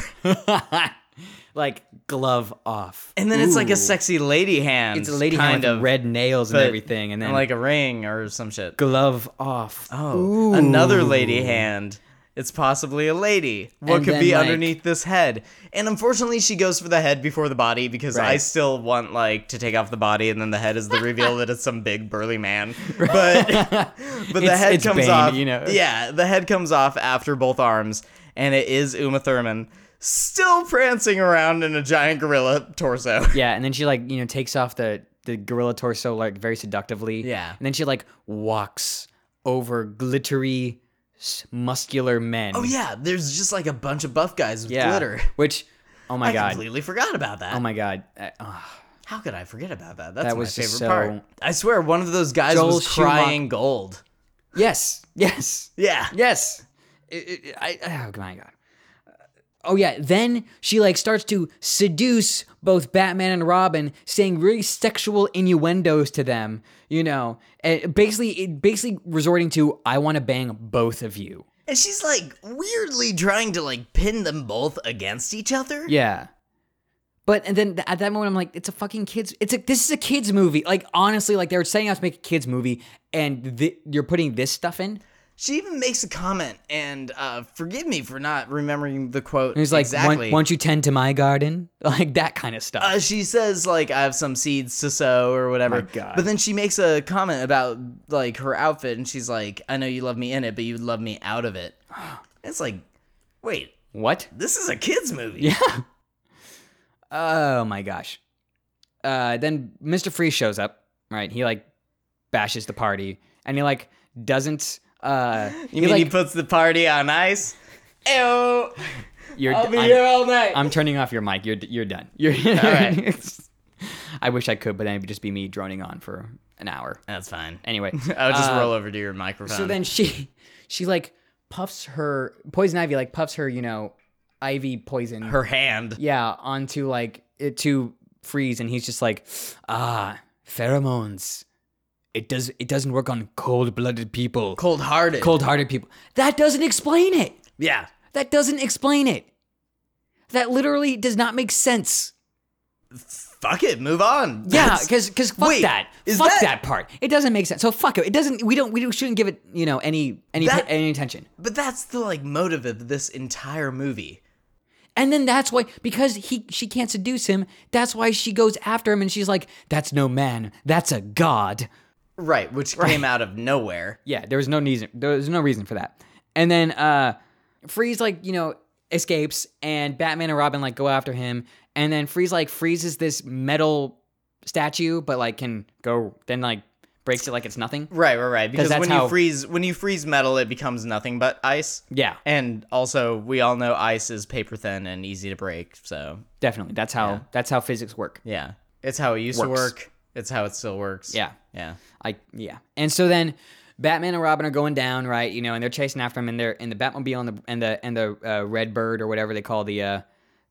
Speaker 2: [laughs]
Speaker 1: like glove off,
Speaker 2: and then it's like
Speaker 1: Ooh.
Speaker 2: a sexy lady hand.
Speaker 1: it's a lady hand
Speaker 2: kind
Speaker 1: with
Speaker 2: of
Speaker 1: red nails and
Speaker 2: but-
Speaker 1: everything, and then
Speaker 2: and like a ring or some shit.
Speaker 1: glove off.
Speaker 2: Oh, another lady hand. It's possibly a lady. What
Speaker 1: And
Speaker 2: could
Speaker 1: then,
Speaker 2: be
Speaker 1: like-
Speaker 2: underneath this head? And unfortunately, she goes for the head before the body because I
Speaker 1: Right.
Speaker 2: still want like to take off the body and then the head is the reveal that it's some big
Speaker 1: [laughs]
Speaker 2: burly man. But [laughs] but the
Speaker 1: It's-
Speaker 2: head
Speaker 1: it's
Speaker 2: comes
Speaker 1: Bane,
Speaker 2: off.
Speaker 1: you know.
Speaker 2: Yeah, the head comes off after both arms, and it is Uma Thurman still prancing around in a giant gorilla torso. [laughs]
Speaker 1: [laughs] Yeah, and then she like you know takes off the the gorilla torso like very seductively.
Speaker 2: Yeah.
Speaker 1: And then she like walks over glittery, s- muscular men.
Speaker 2: Oh yeah, there's just like a bunch of buff guys with
Speaker 1: Yeah.
Speaker 2: glitter.
Speaker 1: Which, oh my
Speaker 2: I
Speaker 1: god,
Speaker 2: completely forgot about that.
Speaker 1: oh my god, Uh, ugh.
Speaker 2: How could I forget about that? That's
Speaker 1: That
Speaker 2: my
Speaker 1: was
Speaker 2: favorite
Speaker 1: just so-
Speaker 2: part. I swear, one of those guys
Speaker 1: Joel
Speaker 2: was
Speaker 1: Schumacher-
Speaker 2: crying gold.
Speaker 1: yes, yes,
Speaker 2: Yeah.
Speaker 1: yes. It- it- I, oh my god. Oh yeah, then she like starts to seduce both Batman and Robin, saying really sexual innuendos to them, you know, and basically, it, basically resorting to "I want to bang both of you."
Speaker 2: And she's like weirdly trying to like pin them both against each other.
Speaker 1: Yeah. But and then th- at that moment I'm like, it's a fucking kids. It's a this is a kids movie. Like honestly, like they were setting out to make a kids movie, and th- you're putting this stuff in.
Speaker 2: She even makes a comment, and uh, forgive me for not remembering the quote.
Speaker 1: And he's like,
Speaker 2: exactly.
Speaker 1: "Won't- "Won't you tend to my garden?" [laughs] Like that kind of stuff.
Speaker 2: uh, she says like I have some seeds to sow or whatever.
Speaker 1: God.
Speaker 2: But then she makes a comment about like her outfit, and she's like, "I know you love me in it, but you love me out of
Speaker 1: [gasps]
Speaker 2: it." it's like, wait,
Speaker 1: what?
Speaker 2: this is a kids
Speaker 1: [laughs]
Speaker 2: movie.
Speaker 1: Yeah. Oh my gosh. Uh, then Mr. Freeze shows up. Right, he like bashes the party, and he like doesn't. Uh,
Speaker 2: [laughs] You
Speaker 1: he,
Speaker 2: mean
Speaker 1: like,
Speaker 2: he puts the party on ice? Ew.
Speaker 1: you're,
Speaker 2: I'll be
Speaker 1: I'm-
Speaker 2: here all night.
Speaker 1: I'm turning off your mic. You're you're done. You're
Speaker 2: right.
Speaker 1: [laughs] I wish I could, but then it'd just be me droning on for an hour.
Speaker 2: That's fine. [laughs]
Speaker 1: Anyway,
Speaker 2: I'll just
Speaker 1: uh,
Speaker 2: roll over to your microphone.
Speaker 1: so then she she like puffs her poison ivy like puffs her you know ivy poison
Speaker 2: her hand.
Speaker 1: yeah onto like it to freeze, and he's just like ah pheromones. It does it doesn't work on cold blooded people,
Speaker 2: Cold hearted.
Speaker 1: cold hearted people. That doesn't explain it.
Speaker 2: Yeah.
Speaker 1: That doesn't explain it. That literally does not make sense.
Speaker 2: Fuck it. Move on.
Speaker 1: Yeah,
Speaker 2: That's-
Speaker 1: because because fuck
Speaker 2: wait,
Speaker 1: that,
Speaker 2: is
Speaker 1: fuck that,
Speaker 2: that-
Speaker 1: part. It doesn't make sense. So fuck it. It doesn't. We don't. We shouldn't give it. You know any any
Speaker 2: That-
Speaker 1: any attention.
Speaker 2: But that's the like motive of this entire movie.
Speaker 1: And then that's why because he she can't seduce him. That's why she goes after him and she's like, "That's no man. That's a god."
Speaker 2: Right, which came out of nowhere.
Speaker 1: Yeah, there was no reason. There was no reason for that. And then uh, Freeze like you know escapes, and Batman and Robin like go after him, and then Freeze like freezes this metal statue, but like can go then like breaks it like it's nothing.
Speaker 2: Right, right, right. Because
Speaker 1: that's
Speaker 2: when
Speaker 1: how-
Speaker 2: you freeze when you freeze metal it becomes nothing but ice.
Speaker 1: Yeah,
Speaker 2: And also we all know ice is paper thin and easy to break, so
Speaker 1: definitely. That's how that's how physics work.
Speaker 2: yeah. It's how it used to
Speaker 1: Works.
Speaker 2: work. It's how it still works.
Speaker 1: Yeah.
Speaker 2: Yeah.
Speaker 1: I yeah. And so then Batman and Robin are going down, right? You know, and they're chasing after him, and they're in the Batmobile and the and the and the uh, Red Bird or whatever they call the uh,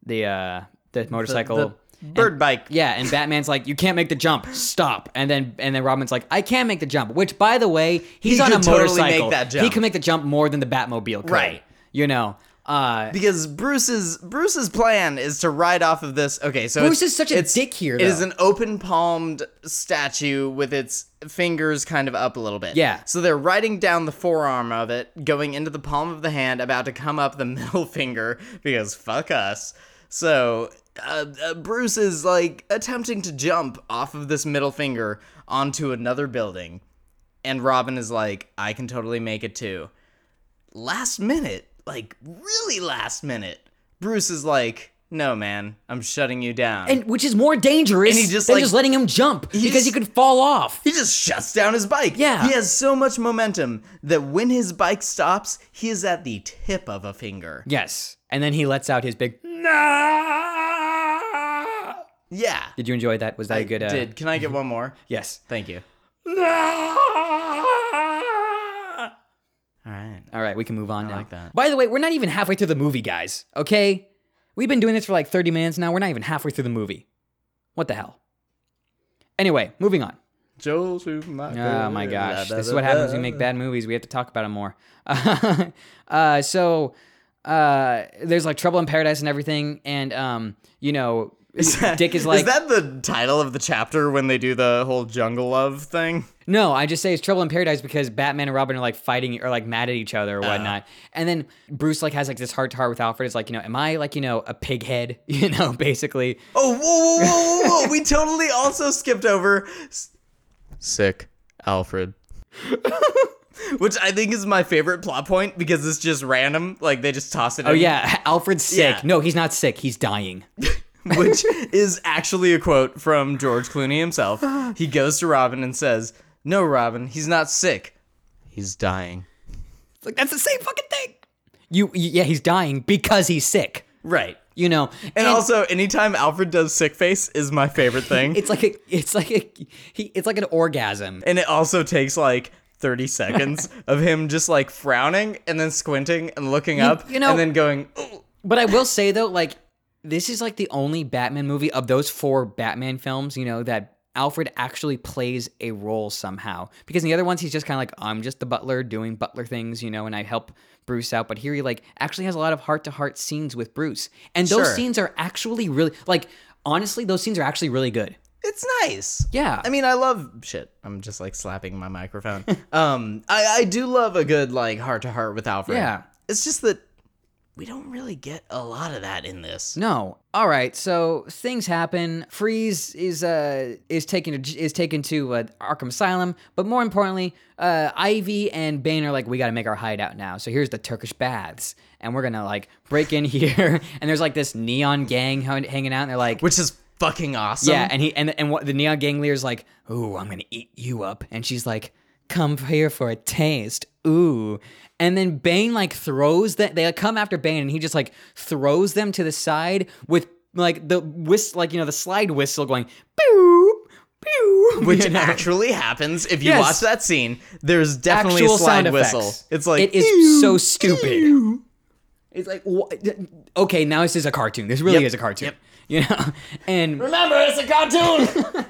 Speaker 1: the uh, the motorcycle.
Speaker 2: The bird bike.
Speaker 1: yeah, and Batman's like, "You can't make the jump. Stop!" And then and then Robin's like, "I can make the jump." Which, by the way, he's on a
Speaker 2: could totally make
Speaker 1: motorcycle.
Speaker 2: that
Speaker 1: He
Speaker 2: jump.
Speaker 1: can make the jump more than the Batmobile could.
Speaker 2: Right.
Speaker 1: You know. Uh,
Speaker 2: because Bruce's Bruce's plan is to ride off of this. Okay, so
Speaker 1: Bruce
Speaker 2: it's-
Speaker 1: is such a
Speaker 2: it's-
Speaker 1: dick here,
Speaker 2: It is
Speaker 1: though.
Speaker 2: an open palmed statue with its fingers kind of up a little bit.
Speaker 1: Yeah.
Speaker 2: So they're riding down the forearm of it, going into the palm of the hand, about to come up the [laughs] middle finger because fuck us. So uh, uh, Bruce is like attempting to jump off of this middle finger onto another building, and Robin is like, "I can totally make it too." last minute, like really last minute, Bruce is like, "No, man, I'm shutting you down."
Speaker 1: and which is more dangerous
Speaker 2: And he just,
Speaker 1: than
Speaker 2: like-
Speaker 1: just letting him jump because
Speaker 2: just-
Speaker 1: he could fall off.
Speaker 2: he just shuts down his bike.
Speaker 1: Yeah.
Speaker 2: He has so much momentum that when his bike stops, he is at the tip of a finger.
Speaker 1: Yes. And then he lets out his big no.
Speaker 2: Yeah.
Speaker 1: Did you enjoy that? Was that a good? Uh,
Speaker 2: Did can I get
Speaker 1: [laughs]
Speaker 2: one more?
Speaker 1: Yes.
Speaker 2: Thank you.
Speaker 1: All
Speaker 2: All right.
Speaker 1: right, we can move on now.
Speaker 2: like that.
Speaker 1: By the way, we're not even halfway through the movie, guys. Okay, we've been doing this for like 30 minutes now. We're not even halfway through the movie. What the hell? Anyway, moving on.
Speaker 2: Joel Schumacher.
Speaker 1: Oh my gosh, this is what happens when we make bad movies. We have to talk about them more. [laughs] uh, so uh, there's like trouble in paradise and everything, and um, you know, Dick is like,
Speaker 2: [laughs] Is that the title of the chapter when they do the whole jungle
Speaker 1: [laughs]
Speaker 2: love thing?
Speaker 1: No, I just say it's Trouble in Paradise because Batman and Robin are like fighting or like mad at each other or whatnot. And then Bruce like has like this heart to heart with Alfred. It's like, you know, am I like, you know, a pig head? [laughs] You know, basically.
Speaker 2: Oh, whoa, whoa, whoa, whoa, whoa. we totally also skipped over. s- Sick Alfred. [laughs] Which I think is my favorite plot point because it's just random. Like, they just toss it
Speaker 1: Oh
Speaker 2: in.
Speaker 1: yeah, [laughs] Alfred's sick.
Speaker 2: Yeah.
Speaker 1: No, he's not sick. He's dying.
Speaker 2: [laughs] which is actually a quote from George
Speaker 1: [sighs]
Speaker 2: Clooney himself. He goes to Robin and says, "No, Robin, he's not sick. He's dying."
Speaker 1: It's like that's the same fucking thing. You, you yeah, he's dying because he's sick.
Speaker 2: Right.
Speaker 1: You know,
Speaker 2: And, also, anytime Alfred does sick face is my
Speaker 1: [laughs]
Speaker 2: favorite thing.
Speaker 1: it's like a, it's like a, he, it's like an orgasm.
Speaker 2: and it also takes like
Speaker 1: [laughs]
Speaker 2: 30 seconds of him just like frowning and then squinting and looking up
Speaker 1: you know-
Speaker 2: and then going "Ugh."
Speaker 1: But I will say though, like this is like the only Batman movie of those four Batman films, you know, that Alfred actually plays a role somehow. Because in the other ones, he's just kind of like, I'm just the butler doing butler things, you know, and I help Bruce out. But here he like actually has a lot of heart to heart scenes with Bruce, and those
Speaker 2: Sure.
Speaker 1: scenes are actually really like honestly, those scenes are actually really good.
Speaker 2: it's nice
Speaker 1: Yeah.
Speaker 2: i mean i love shit i'm just like slapping my
Speaker 1: [laughs]
Speaker 2: microphone um i i do love a good like heart to heart with alfred
Speaker 1: Yeah.
Speaker 2: it's just that we don't really get a lot of that in this
Speaker 1: No. All right. So things happen. Freeze is uh is taken to, is taken to uh, Arkham Asylum, but more importantly, uh, Ivy and Bane are like, we got to make our hideout now. So here's the Turkish baths, and we're gonna like break in [laughs] here. and there's like this neon gang hung- hanging out, and they're like.
Speaker 2: which is fucking awesome
Speaker 1: yeah, and he and and what the neon gang leader's like, "Ooh, I'm gonna eat you up," and she's like, "Come here for a taste." Ooh, and then Bane like throws that they like, come after Bane, and he just like throws them to the side with like the whist like you know the slide whistle going pew pew,
Speaker 2: [laughs] which
Speaker 1: [laughs] you know?
Speaker 2: actually happens if you
Speaker 1: Yes.
Speaker 2: watch that scene there's definitely
Speaker 1: Actual
Speaker 2: a slide
Speaker 1: sound
Speaker 2: whistle
Speaker 1: effects.
Speaker 2: it's like
Speaker 1: it is
Speaker 2: "Ew,
Speaker 1: so stupid.
Speaker 2: ew."
Speaker 1: It's like wha- okay, now this is a cartoon. This really
Speaker 2: Yep.
Speaker 1: is a cartoon.
Speaker 2: Yep.
Speaker 1: [laughs] You know, and
Speaker 2: remember it's a cartoon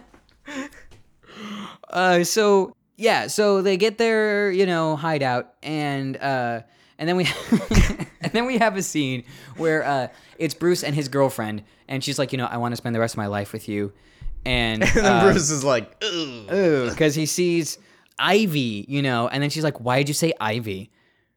Speaker 1: Uh, so yeah, so they get their you know hideout, and uh, and then we [laughs] and then we have a scene where uh, it's Bruce and his girlfriend, and she's like, you know, I want to spend the rest of my life with you, and
Speaker 2: [laughs] And then
Speaker 1: uh,
Speaker 2: Bruce is like, [laughs] "Ugh."
Speaker 1: because he sees Ivy, you know, and then she's like, why did you say Ivy?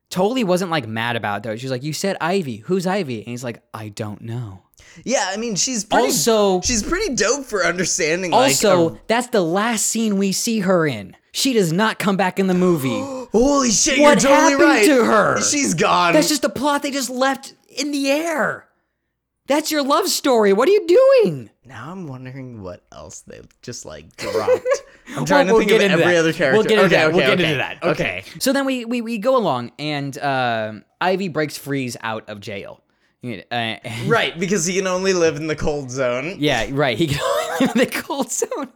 Speaker 1: Totally wasn't like mad about it, though. She's like, you said Ivy. Who's Ivy? And he's like, I don't know.
Speaker 2: yeah, I mean, she's pretty,
Speaker 1: Also-
Speaker 2: she's pretty dope for understanding.
Speaker 1: Also,
Speaker 2: like,
Speaker 1: that's the last scene we see her in. She does not come back in the
Speaker 2: [gasps]
Speaker 1: movie. [gasps]
Speaker 2: a- oh, holy shit,
Speaker 1: What
Speaker 2: you're totally
Speaker 1: happened
Speaker 2: right
Speaker 1: to her?
Speaker 2: She's gone.
Speaker 1: That's just a plot they just left in the air. That's your love story. What are you doing?
Speaker 2: now I'm wondering what else they just like
Speaker 1: [laughs]
Speaker 2: dropped. I'm trying
Speaker 1: We'll- we'll
Speaker 2: to think of
Speaker 1: get into
Speaker 2: every
Speaker 1: that.
Speaker 2: other character.
Speaker 1: We'll get into
Speaker 2: okay,
Speaker 1: that.
Speaker 2: Okay,
Speaker 1: We'll get
Speaker 2: okay.
Speaker 1: into that.
Speaker 2: Okay.
Speaker 1: So then we we, we go along, and um, Ivy breaks Freeze out of jail. You know, uh,
Speaker 2: Right, because he can only live in the cold zone.
Speaker 1: yeah, right. He [laughs] can only live in the cold zone.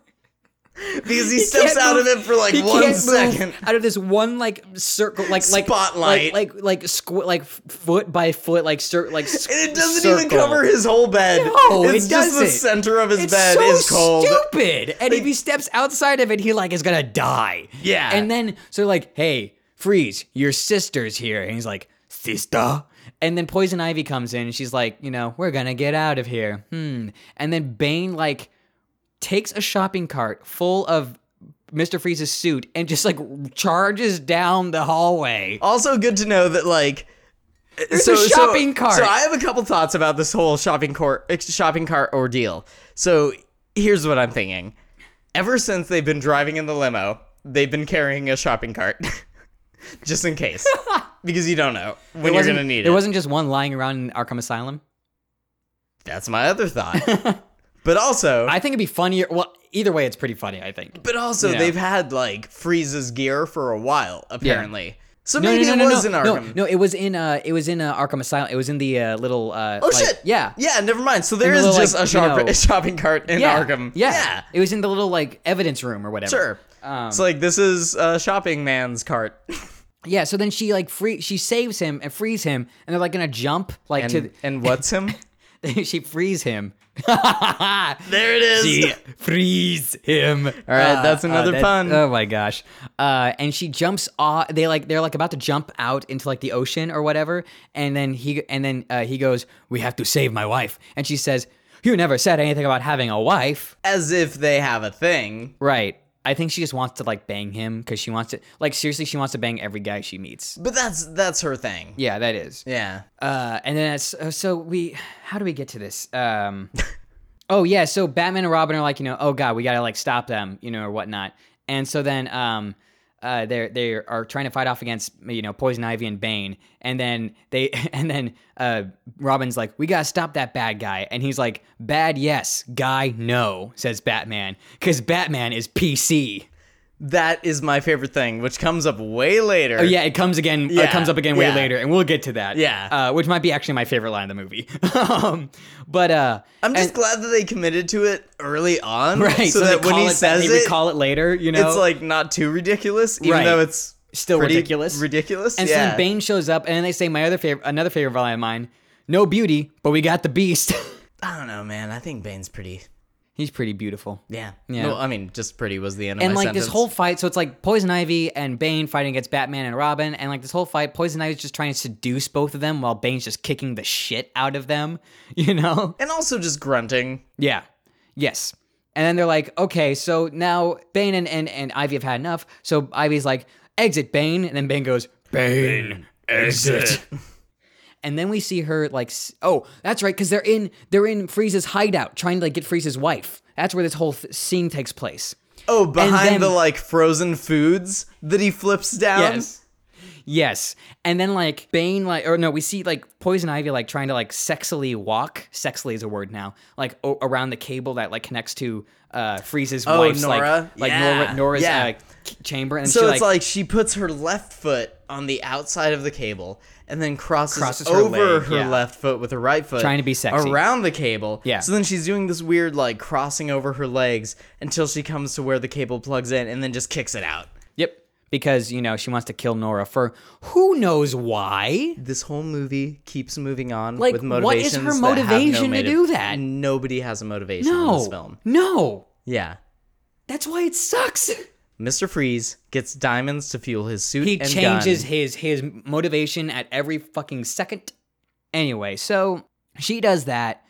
Speaker 2: Because he, steps
Speaker 1: can't
Speaker 2: out
Speaker 1: move-
Speaker 2: of it for like
Speaker 1: he
Speaker 2: one
Speaker 1: can't
Speaker 2: second.
Speaker 1: move out of this one like circle, like like
Speaker 2: Spotlight.
Speaker 1: like like like, squ- like f- foot by foot, like cir- like s-
Speaker 2: [laughs] And it doesn't even
Speaker 1: circle.
Speaker 2: cover his whole bed.
Speaker 1: No,
Speaker 2: it's
Speaker 1: it
Speaker 2: just the
Speaker 1: doesn't.
Speaker 2: center of his
Speaker 1: It's
Speaker 2: bed
Speaker 1: so
Speaker 2: is cold.
Speaker 1: stupid. And if he steps outside of it, he like is gonna die.
Speaker 2: Yeah.
Speaker 1: And then so like, hey, freeze, your sister's here, and he's like, sister. And then Poison Ivy comes in, and she's like, you know, we're gonna get out of here. Hmm. And then Bane like takes a shopping cart full of Mr. Freeze's suit and just like charges down the hallway.
Speaker 2: Also, good to know that like. There's
Speaker 1: a shopping cart.
Speaker 2: So I have a couple thoughts about this whole shopping cart shopping cart ordeal. So here's what I'm thinking. Ever since they've been driving in the limo, they've been carrying a shopping cart, [laughs] just
Speaker 1: [laughs]
Speaker 2: in case, because you don't know when you're
Speaker 1: wasn't-
Speaker 2: gonna need it.
Speaker 1: There wasn't just one lying around in Arkham Asylum.
Speaker 2: That's my other thought.
Speaker 1: [laughs]
Speaker 2: but also,
Speaker 1: I think it'd be funnier. Well, either way, it's pretty funny. I think.
Speaker 2: but also
Speaker 1: Yeah.
Speaker 2: they've had like Frieza's gear for a while apparently. So
Speaker 1: No,
Speaker 2: maybe
Speaker 1: no, no,
Speaker 2: it
Speaker 1: no,
Speaker 2: was
Speaker 1: no,
Speaker 2: in Arkham.
Speaker 1: No, no, it was in uh, it was in uh, Arkham Asylum. It was in the uh, little. Uh,
Speaker 2: Oh
Speaker 1: like-
Speaker 2: shit!
Speaker 1: Yeah.
Speaker 2: yeah. Never mind. So there
Speaker 1: the
Speaker 2: is
Speaker 1: little,
Speaker 2: just
Speaker 1: like,
Speaker 2: a, shop-
Speaker 1: you know-
Speaker 2: a [laughs] shopping cart in
Speaker 1: Yeah.
Speaker 2: Arkham.
Speaker 1: Yeah.
Speaker 2: yeah.
Speaker 1: It was in the little like evidence room or whatever.
Speaker 2: Sure.
Speaker 1: Um,
Speaker 2: it's like this is a shopping man's cart,
Speaker 1: Yeah. So then she like free she saves him and frees him, and they're like gonna jump like
Speaker 2: and, and
Speaker 1: [laughs]
Speaker 2: what's him?
Speaker 1: to she frees
Speaker 2: [laughs]
Speaker 1: him.
Speaker 2: there it is.
Speaker 1: she frees him. All
Speaker 2: right, that's another pun.
Speaker 1: Oh my gosh! Uh, and she jumps off. They like they're like about to jump out into like the ocean or whatever. And then he and then uh, he goes, "We have to save my wife." And she says, "You never said anything about having a wife."
Speaker 2: As if they have a thing.
Speaker 1: Right. I think she just wants to like bang him because she wants to like seriously she wants to bang every guy she meets.
Speaker 2: But that's that's her thing. Yeah.
Speaker 1: Yeah, that is. Uh, and then it's, uh, so we, how do we get to this? Um, [laughs] oh yeah, so Batman and Robin are like, you know, oh god, we gotta like stop them, you know, or whatnot. And so then, um, uh, they they are trying to fight off against you know Poison Ivy and Bane, and then they [laughs] and then uh, Robin's like, "We gotta stop that bad guy," and he's like, "Bad yes, guy no," says Batman, because Batman is PC.
Speaker 2: That is my favorite thing, which comes up way later.
Speaker 1: Oh yeah, it comes again. uh, it
Speaker 2: Yeah,
Speaker 1: comes up again way
Speaker 2: yeah.
Speaker 1: later, and we'll get to that.
Speaker 2: Yeah.
Speaker 1: uh, which might be actually my favorite line of the movie. [laughs] um, but uh,
Speaker 2: I'm just
Speaker 1: and-
Speaker 2: glad that they committed to it early
Speaker 1: [laughs]
Speaker 2: on,
Speaker 1: right.
Speaker 2: So,
Speaker 1: they
Speaker 2: that when
Speaker 1: call
Speaker 2: he
Speaker 1: it,
Speaker 2: says
Speaker 1: they
Speaker 2: it,
Speaker 1: recall it later. You know,
Speaker 2: it's like not too ridiculous, even
Speaker 1: Right.
Speaker 2: though it's
Speaker 1: Still
Speaker 2: pretty
Speaker 1: ridiculous.
Speaker 2: Ridiculous,
Speaker 1: And so
Speaker 2: yeah.
Speaker 1: then Bane shows up, and then they say my other favorite, another favorite line of mine: "No beauty, but we got the beast." [laughs]
Speaker 2: I don't know, man. I think Bane's pretty.
Speaker 1: He's pretty beautiful.
Speaker 2: Yeah.
Speaker 1: Yeah.
Speaker 2: No, I mean, just pretty was the end of
Speaker 1: And
Speaker 2: my
Speaker 1: like
Speaker 2: sentence.
Speaker 1: this whole fight, so it's like Poison Ivy and Bane fighting against Batman and Robin, and like this whole fight, Poison Ivy's just trying to seduce both of them while Bane's just kicking the shit out of them, [laughs] you know?
Speaker 2: and also just grunting.
Speaker 1: Yeah. Yes. And then they're like, okay, so now Bane and, and, and Ivy have had enough. So Ivy's like, exit Bane. And then Bane goes, Bane, exit. [laughs] and then we see her like, s- oh, that's right, because they're in they're in Frieza's hideout trying to like get Frieza's wife. That's where this whole th- scene takes place.
Speaker 2: Oh, behind
Speaker 1: then-
Speaker 2: the like frozen foods that he flips down.
Speaker 1: Yes. Yes. And then like Bane like or no, we see like Poison Ivy like trying to like sexily walk. Sexily is a word now. Like o- around the cable that like connects to uh Freeze's
Speaker 2: Oh,
Speaker 1: wife's
Speaker 2: Nora?
Speaker 1: like like
Speaker 2: Yeah.
Speaker 1: Nora, Nora's
Speaker 2: Yeah.
Speaker 1: uh, c- chamber and
Speaker 2: So
Speaker 1: she,
Speaker 2: it's like she puts her left foot on the outside of the cable and then crosses,
Speaker 1: Crosses her
Speaker 2: over her,
Speaker 1: leg, yeah.
Speaker 2: left foot with her right foot.
Speaker 1: Trying to be sexy.
Speaker 2: Around the cable.
Speaker 1: Yeah.
Speaker 2: So then she's doing this weird like crossing over her legs until she comes to where the cable plugs in and then just kicks it out.
Speaker 1: Yep. Because, you know, she wants to kill Nora for who knows why.
Speaker 2: This whole movie keeps moving on
Speaker 1: Like,
Speaker 2: with
Speaker 1: what is
Speaker 2: motivations.
Speaker 1: her
Speaker 2: that have
Speaker 1: motivation to
Speaker 2: no motive-
Speaker 1: do that?
Speaker 2: Nobody has a motivation in this
Speaker 1: No.
Speaker 2: film.
Speaker 1: No.
Speaker 2: Yeah.
Speaker 1: That's why it sucks.
Speaker 2: Mr. Freeze gets diamonds to fuel his suit.
Speaker 1: He
Speaker 2: and
Speaker 1: changes
Speaker 2: gun.
Speaker 1: his his motivation at every fucking second. Anyway, so she does that,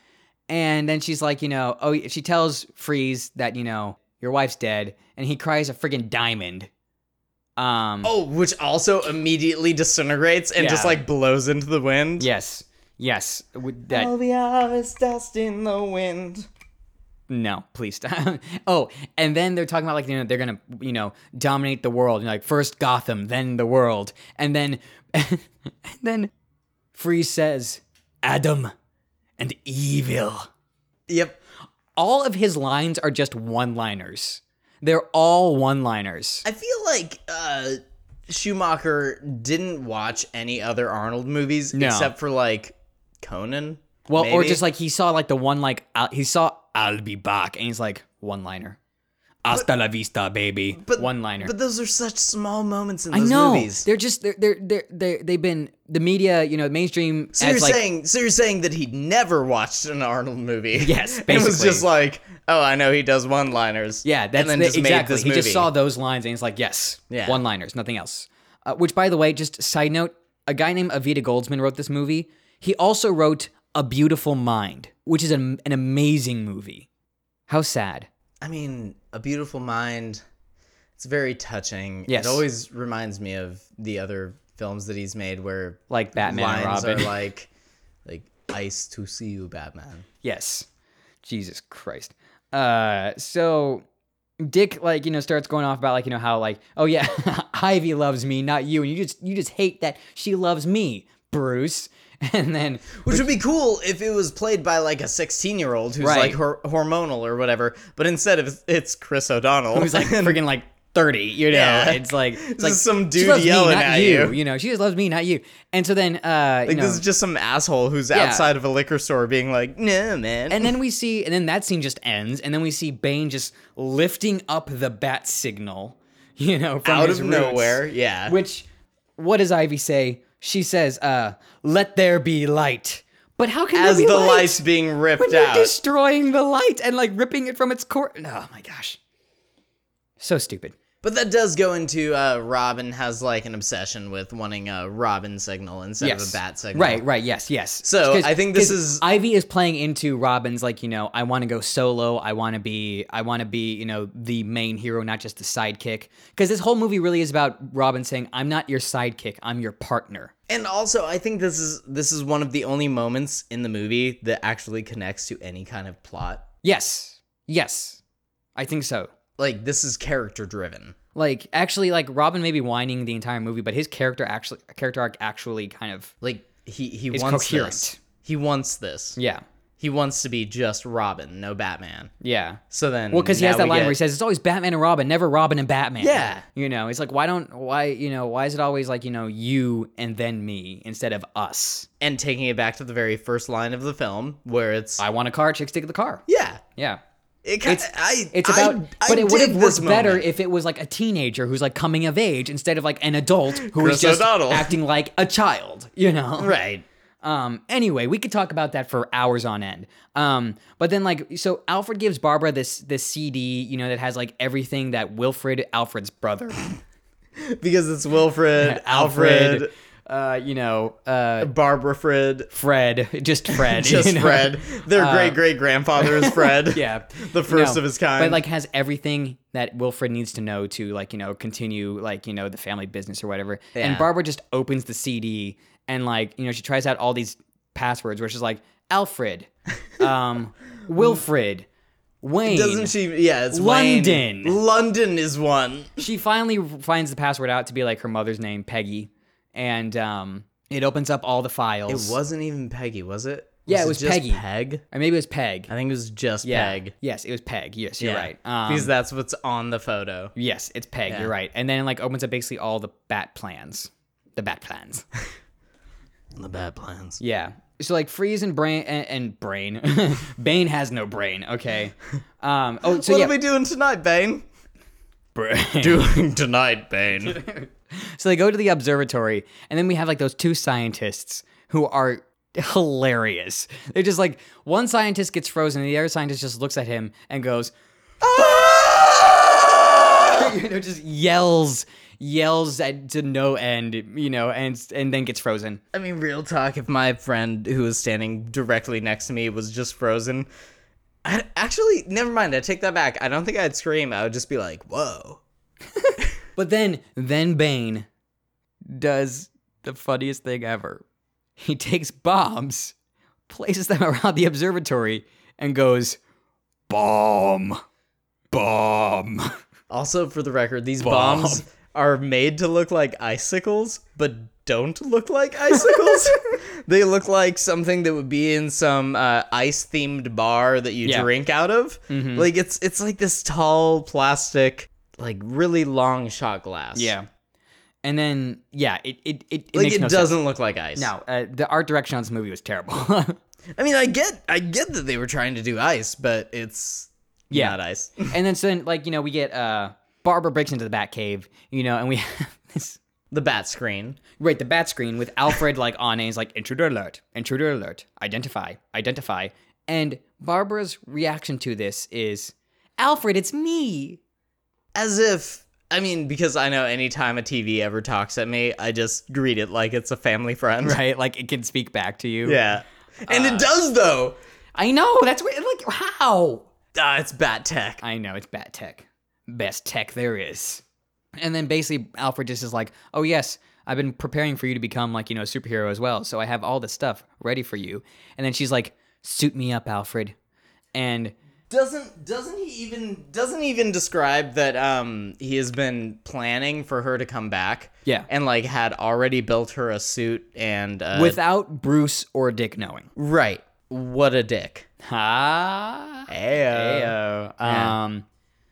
Speaker 1: and then she's like, you know, oh, she tells Freeze that you know your wife's dead, and he cries a friggin' diamond. Um.
Speaker 2: Oh, which also immediately disintegrates and just
Speaker 1: Yeah.
Speaker 2: like blows into the wind.
Speaker 1: Yes. Yes. With that.
Speaker 2: All we are is dust in the wind.
Speaker 1: No, please stop. [laughs] oh, and then they're talking about like you know they're gonna you know dominate the world. And like first Gotham, then the world, and then [laughs] and then Freeze says Adam and evil.
Speaker 2: Yep.
Speaker 1: All of his lines are just one-liners. They're all one-liners.
Speaker 2: I feel like uh Schumacher didn't watch any other Arnold movies
Speaker 1: No.
Speaker 2: except for like Conan.
Speaker 1: Well, or
Speaker 2: maybe?
Speaker 1: just like he saw like the one like I'll- he saw I'll be back, and he's like one-liner. Hasta la vista, baby.
Speaker 2: But-
Speaker 1: one-liner.
Speaker 2: But those are such small moments in
Speaker 1: I
Speaker 2: those
Speaker 1: know
Speaker 2: movies.
Speaker 1: they're just they're they're they're, they're they've been the media you know mainstream
Speaker 2: So
Speaker 1: as
Speaker 2: you're
Speaker 1: like
Speaker 2: saying so you're saying that he'd never watched an Arnold movie.
Speaker 1: Yes,
Speaker 2: [laughs] It was
Speaker 1: basically.
Speaker 2: just like, oh, I know he does one liners.
Speaker 1: yeah that's
Speaker 2: and then
Speaker 1: the-
Speaker 2: just
Speaker 1: exactly
Speaker 2: made this
Speaker 1: he
Speaker 2: movie.
Speaker 1: just saw those lines and he's like yes
Speaker 2: Yeah.
Speaker 1: one liners nothing else uh, which by the way just side note a guy named Avita Goldsman wrote this movie he also wrote A Beautiful Mind which is an, an amazing movie how sad
Speaker 2: I mean, A Beautiful Mind. It's very touching.
Speaker 1: Yes.
Speaker 2: It always reminds me of the other films that he's made where
Speaker 1: like Batman and
Speaker 2: lines
Speaker 1: Robin [laughs]
Speaker 2: are like like ice to see you, Batman.
Speaker 1: Yes. Jesus Christ. Uh so Dick like, you know, starts going off about like, you know, how like, oh yeah, [laughs] Ivy loves me, not you. And you just you just hate that she loves me, Bruce. [laughs] And then
Speaker 2: Which would be cool if it was played by like a 16 year old who's
Speaker 1: Right.
Speaker 2: like hor- hormonal or whatever, but instead of it's Chris O'Donnell.
Speaker 1: who's like freaking like 30, you know.
Speaker 2: Yeah.
Speaker 1: It's like it's
Speaker 2: This
Speaker 1: like
Speaker 2: is some
Speaker 1: she
Speaker 2: dude
Speaker 1: loves me,
Speaker 2: yelling
Speaker 1: not
Speaker 2: at
Speaker 1: you.
Speaker 2: you.
Speaker 1: know, she just loves me, not you. And so then uh you
Speaker 2: Like,
Speaker 1: know,
Speaker 2: [laughs] this is just some asshole who's outside of a liquor store being like, "No, man."
Speaker 1: and then we see and then that scene just ends and then we see Bane just lifting up the bat signal, [laughs] you know, from
Speaker 2: out
Speaker 1: his
Speaker 2: of
Speaker 1: roots.
Speaker 2: nowhere, yeah.
Speaker 1: Which, what does Ivy say? She says, uh, let there be light. But how can
Speaker 2: As
Speaker 1: there be
Speaker 2: the
Speaker 1: light
Speaker 2: lights being ripped
Speaker 1: when you're
Speaker 2: out.
Speaker 1: destroying the light and like ripping it from its core? Oh my gosh. So stupid.
Speaker 2: But that does go into uh, Robin has like an obsession with wanting a Robin signal instead
Speaker 1: Yes.
Speaker 2: of a bat signal.
Speaker 1: Right, right, yes, yes.
Speaker 2: So, I think this
Speaker 1: 'cause
Speaker 2: is-
Speaker 1: Ivy is playing into Robin's like, you know, I want to go solo, I want to be I want to be, you know, the main hero, not just the sidekick. Cuz this whole movie really is about Robin saying, I'm not your sidekick, I'm your partner.
Speaker 2: And also, I think this is this is one of the only moments in the movie that actually connects to any kind of plot.
Speaker 1: Yes. Yes. I think so.
Speaker 2: Like this is character driven.
Speaker 1: Like actually, like Robin may be whining the entire movie, but his character actually character arc actually kind of
Speaker 2: Like he he
Speaker 1: It's
Speaker 2: wants
Speaker 1: coherent.
Speaker 2: this. He wants this.
Speaker 1: yeah
Speaker 2: He wants to be just Robin, no Batman.
Speaker 1: yeah.
Speaker 2: So then,
Speaker 1: Well, because he has
Speaker 2: now
Speaker 1: that
Speaker 2: we
Speaker 1: line where he
Speaker 2: get-
Speaker 1: says it's always Batman and Robin, never Robin and Batman.
Speaker 2: Yeah.
Speaker 1: you know, it's like why don't why you know why is it always like you know you and then me instead of us?
Speaker 2: and taking it back to the very first line of the film where it's
Speaker 1: I want a car, chicks take the car.
Speaker 2: yeah,
Speaker 1: Yeah.
Speaker 3: It kind
Speaker 1: It's-
Speaker 3: I,
Speaker 1: It's
Speaker 3: I-
Speaker 1: about,
Speaker 3: I
Speaker 1: but it would
Speaker 3: dig
Speaker 1: have
Speaker 3: this
Speaker 1: worked better
Speaker 3: moment.
Speaker 1: if it was like a teenager who's like coming of age instead of like an adult who is
Speaker 2: Chris
Speaker 1: just
Speaker 2: O'Donnell.
Speaker 1: acting like a child, you
Speaker 2: [laughs]
Speaker 1: know?
Speaker 2: right.
Speaker 1: Um, anyway, we could talk about that for hours on end. Um, but then like, so Alfred gives Barbara this, this CD, you know, that has like everything that Wilfred, Alfred's
Speaker 2: [laughs]
Speaker 1: brother,
Speaker 2: Because
Speaker 1: [laughs]
Speaker 2: it's Wilfred, Alfred,
Speaker 1: uh, you know, uh,
Speaker 2: Barbara Fred,
Speaker 1: Fred, just Fred,
Speaker 2: [laughs] just
Speaker 1: [laughs] you know? uh,
Speaker 2: Fred. Their great great grandfather is
Speaker 1: [laughs]
Speaker 2: Fred.
Speaker 1: Yeah.
Speaker 2: The first of his kind.
Speaker 1: But like has everything that Wilfred needs to know to like, you know, continue like, you know, the family business or whatever. And
Speaker 2: Yeah.
Speaker 1: Barbara just opens the CD and like, you know, she tries out all these passwords where she's like,
Speaker 2: [laughs]
Speaker 1: Alfred, um, Wilfred, Wayne.
Speaker 2: Doesn't she? Yeah, it's Wayne.
Speaker 1: London.
Speaker 2: London is one.
Speaker 1: she finally finds the password out to be like her mother's name, Peggy. And um, it opens up all the
Speaker 2: It
Speaker 1: files.
Speaker 2: wasn't even Peggy, was it?
Speaker 1: Yeah, it was
Speaker 2: just
Speaker 1: Peggy.
Speaker 2: Peg.
Speaker 1: Or maybe it was Peg.
Speaker 2: I think it was just
Speaker 1: yeah.
Speaker 2: Peg.
Speaker 1: Yes, it was Peg. Yes, you're
Speaker 2: Yeah.
Speaker 1: right. Um,
Speaker 2: because that's what's on the photo.
Speaker 1: Yes, it's Peg.
Speaker 2: Yeah.
Speaker 1: You're right. And then like opens up basically all the bat plans, the bat plans.
Speaker 2: The bad plans.
Speaker 1: yeah. So like Freeze and Brain and, and Brain, [laughs] Bane has no brain. Okay. Um. Oh, so
Speaker 3: What
Speaker 1: yeah.
Speaker 3: are we doing tonight, Bane?
Speaker 1: Brain. [laughs]
Speaker 2: [laughs] Doing tonight, Bane.
Speaker 1: so they go to the observatory, and then we have like those two scientists who are hilarious. They're just like one scientist gets frozen, and the other scientist just looks at him and goes, [laughs] you know, just yells, yells at to no end, you know, and and then gets frozen.
Speaker 2: I mean, real talk. If my friend who was standing directly next to me was just frozen, I actually never mind. I take that back. I don't think I'd scream. I would just be like, "Whoa!"
Speaker 1: But then, then Bane does the funniest thing ever. He takes bombs, places them [laughs] around the observatory, and goes, Bomb! Bomb!
Speaker 2: Also, for the record, these bombs are made to look like icicles, but don't look like
Speaker 1: [laughs]
Speaker 2: icicles. they look like something that would be in some uh, ice-themed bar that you
Speaker 1: Yeah. Mm-hmm.
Speaker 2: drink out of. Like it's it's like this tall plastic, like really long shot glass.
Speaker 1: Yeah. And then, yeah, it, it, it, it
Speaker 2: Like
Speaker 1: makes
Speaker 2: it
Speaker 1: no sense.
Speaker 2: doesn't look like ice.
Speaker 1: No, uh, the art direction on this movie was terrible. [laughs]
Speaker 2: I mean, I get, I get that they were trying to do ice, but it's
Speaker 1: Yeah.
Speaker 2: not ice. [laughs]
Speaker 1: and then, so then, like, you know, we get uh, Barbara breaks into the Batcave, you know, and we [laughs] have this
Speaker 2: the bat screen.
Speaker 1: Right, the bat screen with Alfred like on it. He's like, intruder alert, intruder alert, identify, identify. And Barbara's reaction to this is, Alfred, it's me. [laughs]
Speaker 2: As if, I mean, because I know anytime a TV ever talks at me, I just greet it like it's a family friend.
Speaker 1: Right? Uh, Like it can speak back to you.
Speaker 2: [laughs] Yeah. And it does, though.
Speaker 1: I know. That's what, like, how?
Speaker 2: Ah, it's bat tech.
Speaker 1: I know, it's bat tech. Best tech there is. And then basically, Alfred just is like, oh, yes, I've been preparing for you to become like, you know, a superhero as well. So I have all this stuff ready for you. And then she's like, suit me up, Alfred. And
Speaker 2: Doesn't doesn't he even doesn't even describe that um he has been planning for her to come back
Speaker 1: Yeah.
Speaker 2: and like had already built her a suit and uh,
Speaker 1: without Bruce or Dick knowing.
Speaker 2: right what a dick
Speaker 1: Ah. Ayo. Um,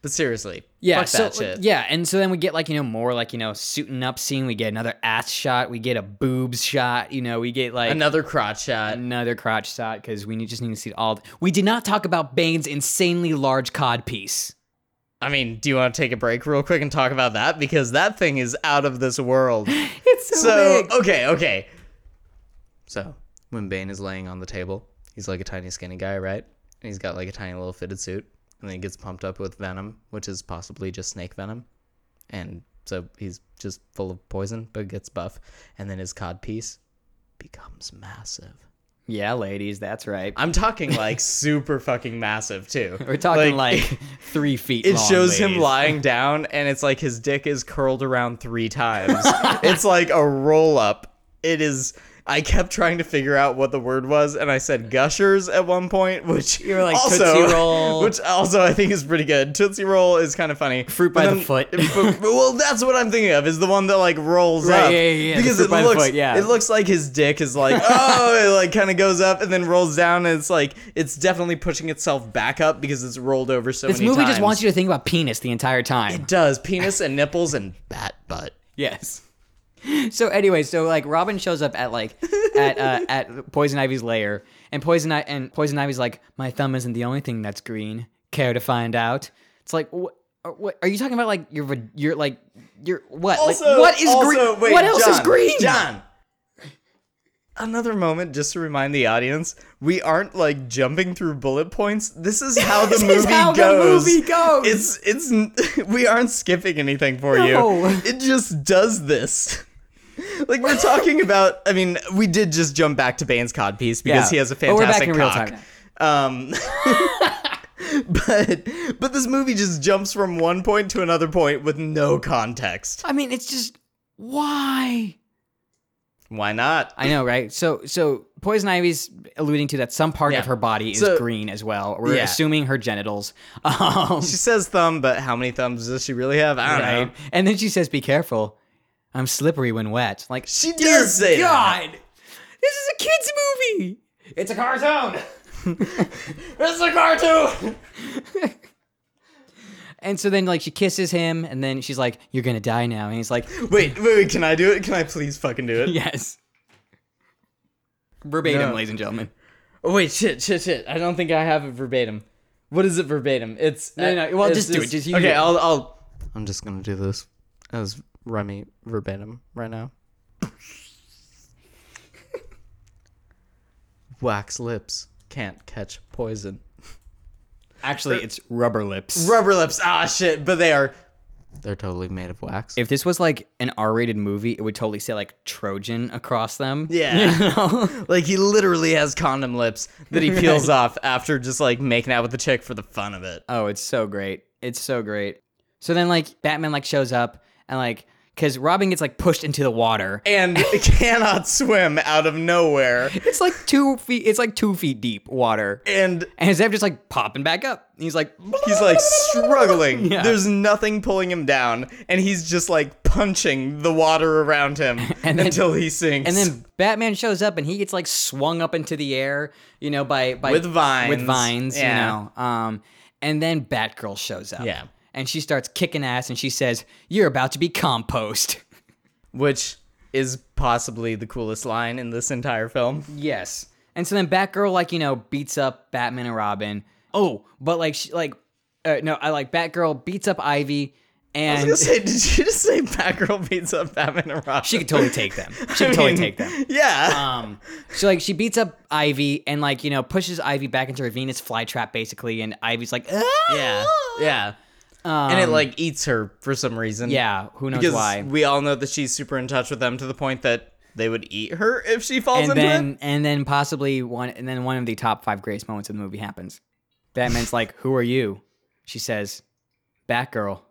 Speaker 2: but seriously
Speaker 1: yeah,
Speaker 2: fuck
Speaker 1: so,
Speaker 2: that shit
Speaker 1: yeah, and so then we get like you know more like you know suiting up scene. We get another ass shot. We get a boobs shot. You know, we get like another,
Speaker 2: another crotch shot
Speaker 1: crotch shot because we need, just need to see all. The, we did not talk about Bane's insanely large cod piece.
Speaker 2: I mean, do you want to take a break real quick and talk about that? Because that thing is out of this
Speaker 1: [laughs]
Speaker 2: world.
Speaker 1: It's
Speaker 2: so, okay, okay. So, when Bane is laying on the table, he's like a tiny, skinny guy, right? And he's got like a tiny little fitted suit. And then he gets pumped up with venom, which is possibly just snake venom. And so he's just full of poison, but gets buff. And then his cod piece becomes massive.
Speaker 1: Yeah, ladies, that's right.
Speaker 2: I'm talking like super fucking massive, too.
Speaker 1: We're talking like,
Speaker 2: [laughs]
Speaker 1: three feet.
Speaker 2: It
Speaker 1: long,
Speaker 2: shows him
Speaker 1: ladies.
Speaker 2: lying down, and it's
Speaker 1: [laughs]
Speaker 2: like his dick is curled around three times. it's like a roll up. It is. I kept trying to figure out what the word was, and I said gushers at one point, which
Speaker 1: You were like,
Speaker 2: also,
Speaker 1: Tootsie Roll.
Speaker 2: [laughs] which also I think is pretty good. Tootsie roll is kind of funny.
Speaker 1: Fruit by the foot.
Speaker 2: [laughs] but- well, that's what I'm thinking of is the one that like rolls
Speaker 1: Right,
Speaker 2: up
Speaker 1: yeah, yeah, yeah, the
Speaker 2: because
Speaker 1: fruit
Speaker 2: it
Speaker 1: by the
Speaker 2: looks
Speaker 1: foot, yeah.
Speaker 2: it looks like his dick
Speaker 1: [laughs]
Speaker 2: is like oh it like kind of goes up and then rolls down and it's like it's definitely pushing itself back up because it's rolled over so
Speaker 1: This
Speaker 2: many
Speaker 1: movie
Speaker 2: times.
Speaker 1: just wants you to think about penis the entire time.
Speaker 2: It does penis and nipples and bat butt.
Speaker 1: Yes. So anyway, so like Robin shows up at like at
Speaker 2: [laughs]
Speaker 1: uh, at Poison Ivy's lair, and Poison I- and Poison Ivy's like, my thumb isn't the only thing that's green. Care to find out? It's like, what? What are you talking about? Like your va- your like your what? Like,
Speaker 2: Also,
Speaker 1: what is
Speaker 2: also,
Speaker 1: green?
Speaker 2: wait,
Speaker 1: what else is
Speaker 2: John,
Speaker 1: green?
Speaker 2: John. Another moment, just to remind the audience, we aren't like jumping through bullet points. This is how
Speaker 1: [laughs]
Speaker 2: the
Speaker 1: This
Speaker 2: movie
Speaker 1: is how the
Speaker 2: goes.
Speaker 1: movie goes.
Speaker 2: It's it's [laughs] n- we aren't skipping anything for
Speaker 1: No.
Speaker 2: you. It just does this. Like we're talking about. I mean, we did just jump back to Bane's codpiece
Speaker 1: Yeah.
Speaker 2: because he has a
Speaker 1: But we're back
Speaker 2: fantastic
Speaker 1: in real
Speaker 2: cock. Um, but [laughs] but this movie just jumps from one point to another point with no context.
Speaker 1: I mean, it's just why?
Speaker 2: Why not?
Speaker 1: I know, right? So, so Poison Ivy's alluding to that some part of her body is
Speaker 2: So-
Speaker 1: green as well. We're
Speaker 2: Yeah.
Speaker 1: assuming her genitals. [laughs] Um,
Speaker 2: She says thumb, but how many thumbs does she really have? I don't know.
Speaker 1: right? And then she says, "Be careful, I'm slippery when wet." Like
Speaker 2: She
Speaker 1: dear
Speaker 2: does say that.
Speaker 1: God, this is a kids' movie. It's a cartoon.
Speaker 2: It's a cartoon.
Speaker 1: And so then, like, she kisses him, and then she's like, "You're gonna die now," and he's like,
Speaker 2: [laughs]
Speaker 1: [laughs]
Speaker 2: Wait, wait, wait. Can I do it? Can I please fucking do it?
Speaker 1: "Yes." Verbatim,
Speaker 2: No.
Speaker 1: ladies and gentlemen.
Speaker 2: Oh, [laughs] wait, shit, shit, shit. I don't think I have it verbatim. What is it verbatim? It's
Speaker 1: No, no, well,
Speaker 2: it's-
Speaker 1: just do it.
Speaker 2: it's-
Speaker 1: Just you do
Speaker 2: okay.
Speaker 1: it.
Speaker 2: I'll, I'll. I'm just gonna do this as Remy verbatim right [laughs] now. Wax lips can't catch poison.
Speaker 1: Actually, it's rubber lips.
Speaker 2: Rubber lips. Ah, shit. But they are. They're totally made of wax.
Speaker 1: if this was like an R-rated movie, it would totally say like Trojan across them.
Speaker 2: Yeah.
Speaker 1: [laughs] You know?
Speaker 2: Like he literally has condom lips that
Speaker 1: [laughs]
Speaker 2: he peels off after just like making out with the chick for the fun of it.
Speaker 1: Oh, it's so great. It's so great. So then like Batman like shows up and like cuz Robin gets like pushed into the water. [laughs]
Speaker 2: And cannot swim out of nowhere.
Speaker 1: It's like 2 feet it's like 2 feet deep water.
Speaker 2: And
Speaker 1: And Zev just like popping back up. And he's like
Speaker 2: he's like struggling.
Speaker 1: Yeah.
Speaker 2: There's nothing pulling him down. And he's just like punching the water around him
Speaker 1: [laughs] And then-
Speaker 2: until he sinks.
Speaker 1: and then Batman shows up and he gets like swung up into the air, you know, by by
Speaker 2: With vines.
Speaker 1: with vines,
Speaker 2: Yeah.
Speaker 1: you know. Um and then Batgirl shows up.
Speaker 2: Yeah.
Speaker 1: And she starts kicking ass and she says, "You're about to be compost."
Speaker 2: Which is possibly the coolest line in this entire film.
Speaker 1: Yes. And so then Batgirl, like, you know, beats up Batman and Robin. Oh, but like, she, like, uh, no, I like Batgirl beats up Ivy
Speaker 2: I was
Speaker 1: and
Speaker 2: gonna say, did you just say Batgirl beats up Batman and Robin?
Speaker 1: she could totally take them. She
Speaker 2: [laughs]
Speaker 1: could totally take them.
Speaker 2: Yeah.
Speaker 1: Um, so like, she beats up Ivy and like, you know, pushes Ivy back into her Venus flytrap basically. And Ivy's like, ah!
Speaker 2: Yeah, yeah. and it like eats her for some reason.
Speaker 1: Um, Yeah. Who knows
Speaker 2: because
Speaker 1: why?
Speaker 2: we all know that she's super in touch with them to the point that they would eat her if she falls
Speaker 1: And
Speaker 2: into
Speaker 1: then,
Speaker 2: it.
Speaker 1: and then possibly one, and then one of the top five greatest moments of the movie happens. Batman's like, who are you? She says, Batgirl.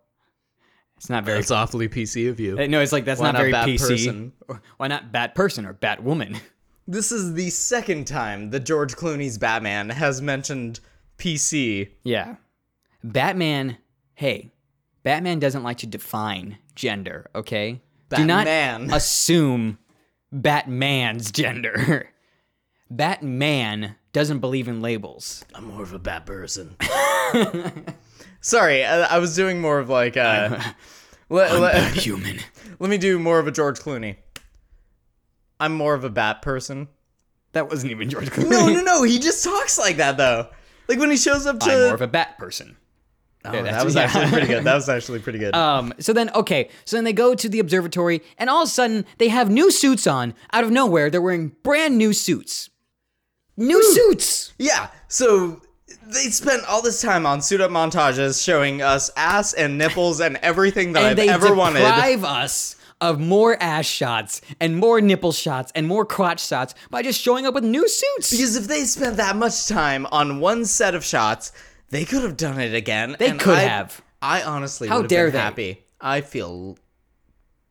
Speaker 1: It's not very
Speaker 2: awfully PC of you.
Speaker 1: Uh, No, it's like that's
Speaker 2: Why
Speaker 1: not,
Speaker 2: not
Speaker 1: very
Speaker 2: bat
Speaker 1: PC.
Speaker 2: person?
Speaker 1: Or, why not bat person or bat woman? [laughs]
Speaker 2: This is the second time that George Clooney's Batman has mentioned PC.
Speaker 1: yeah. Batman, hey, Batman doesn't like to define gender, okay? Do
Speaker 2: Batman.
Speaker 1: not assume Batman's gender. [laughs] Batman doesn't believe in labels.
Speaker 2: I'm more of a bad [laughs] person. Sorry, I, I was doing more of like uh, let, let,
Speaker 1: Human.
Speaker 2: let me do more of a George Clooney. I'm more of a bat person.
Speaker 1: That wasn't even George Clooney.
Speaker 2: No, no, no. He just talks like that though. Like when he shows up to.
Speaker 1: I'm more of a bat person.
Speaker 2: Oh,
Speaker 1: that's-
Speaker 2: that was
Speaker 1: [laughs] yeah.
Speaker 2: actually pretty [laughs] good. That was actually pretty good.
Speaker 1: Um, so then, okay, so then they go to the observatory, and all of a sudden, they have new suits on. Out of nowhere, they're wearing brand new suits. New suits!
Speaker 2: yeah. So they spent all this time on suit up montages showing us ass and nipples and everything that
Speaker 1: and
Speaker 2: I've
Speaker 1: they
Speaker 2: ever wanted.
Speaker 1: deprive us of more ass shots and more nipple shots and more crotch shots by just showing up with new suits.
Speaker 2: Because if they spent that much time on one set of shots, they could have done it again.
Speaker 1: They
Speaker 2: and
Speaker 1: could
Speaker 2: I-
Speaker 1: have.
Speaker 2: I honestly
Speaker 1: How
Speaker 2: would have
Speaker 1: dare
Speaker 2: been
Speaker 1: they.
Speaker 2: happy. I feel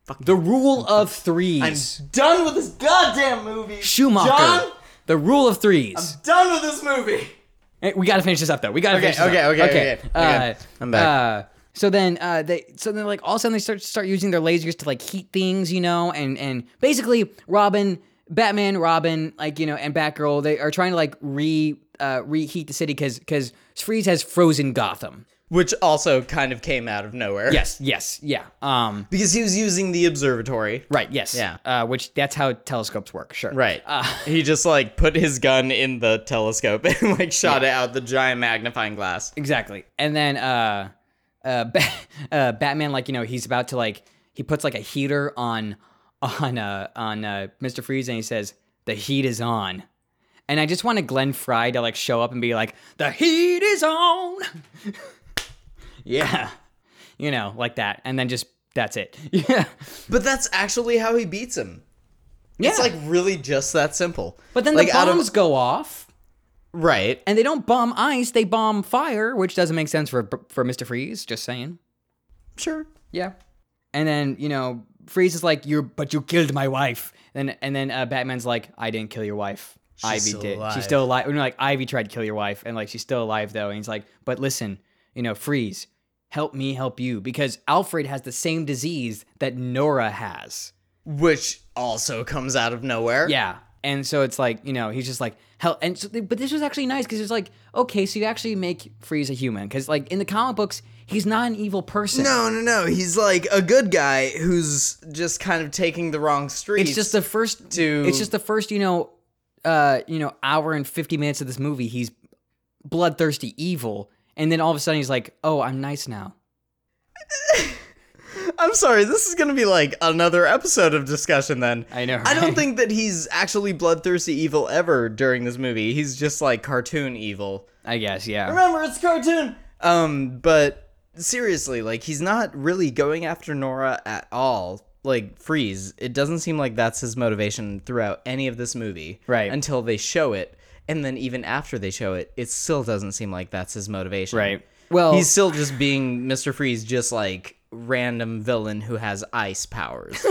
Speaker 4: Fucking
Speaker 1: The rule of threes.
Speaker 4: done with this goddamn movie.
Speaker 1: Schumacher.
Speaker 4: John,
Speaker 1: The rule of threes.
Speaker 4: done with this movie.
Speaker 1: Hey, Eh, we got to finish this up though. We got to
Speaker 4: Okay,
Speaker 1: finish this
Speaker 4: okay,
Speaker 1: up.
Speaker 4: okay, okay,
Speaker 1: Uh,
Speaker 4: okay. I'm back.
Speaker 1: Uh, so then, uh, they so then like all of a sudden they start start using their lasers to like heat things, you know, and and basically Robin, Batman, Robin, like you know, and Batgirl, they are trying to like re uh, reheat the city because because Freeze has frozen Gotham.
Speaker 2: Which also kind of came out of nowhere.
Speaker 1: Yes, yes, yeah. Um,
Speaker 2: Because he was using the observatory.
Speaker 1: right, yes,
Speaker 2: Yeah.
Speaker 1: Uh, which that's how telescopes work, sure.
Speaker 2: Right. he just like put his gun in the telescope and like shot it out the giant magnifying glass.
Speaker 1: Exactly. And then uh uh, [laughs] ba- uh Batman like you know he's about to like he puts like a heater on on uh on uh Mr. Freeze and he says the heat is on. And I just wanted Glenn Fry to like show up and be like the heat is on. [laughs] yeah. You know, like that. And then just that's it. [laughs] Yeah.
Speaker 2: But that's actually how he beats him.
Speaker 1: Yeah.
Speaker 2: It's like really just that simple.
Speaker 1: but then
Speaker 2: like
Speaker 1: the
Speaker 2: out of-
Speaker 1: bombs go off
Speaker 2: right.
Speaker 1: and they don't bomb ice, they bomb fire, which doesn't make sense for for Mr. Freeze, just saying.
Speaker 2: Sure.
Speaker 1: Yeah. And then, you know, Freeze is like, You're but you killed my wife. And and then uh, Batman's like, I didn't kill your wife. Ivy
Speaker 2: still
Speaker 1: did.
Speaker 2: alive."
Speaker 1: She's still alive. And like Ivy tried to kill your wife and like she's still alive though. And he's like, But listen, you know, Freeze, help me help you because Alfred has the same disease that Nora has.
Speaker 2: Which also comes out of nowhere.
Speaker 1: Yeah. And so it's like, you know, he's just like, hell. And so, but this was actually nice because it's like, okay, so you actually make Freeze a human. Because, like, in the comic books, he's not an evil person.
Speaker 2: No, no, no. He's like a good guy who's just kind of taking the wrong streets.
Speaker 1: it's just the first
Speaker 2: to-
Speaker 1: it's just the first you know uh you know hour and 50 minutes of this movie he's bloodthirsty evil and then all of a sudden he's like oh i'm nice now
Speaker 2: I'm sorry, this is gonna be like another episode of discussion then.
Speaker 1: I know,
Speaker 2: I don't
Speaker 1: right?
Speaker 2: think that he's actually bloodthirsty evil ever during this movie. He's just like cartoon evil.
Speaker 1: i guess yeah
Speaker 2: Remember, it's cartoon. Um, but seriously, like he's not really going after Nora at all. Like Freeze, it doesn't seem like that's his motivation throughout any of this movie.
Speaker 1: Right.
Speaker 2: Until they show it, and then even after they show it, it still doesn't seem like that's his motivation.
Speaker 1: Right. Well-
Speaker 2: he's still just being Mr. Freeze, just like random villain who has
Speaker 1: [laughs]
Speaker 2: ice powers.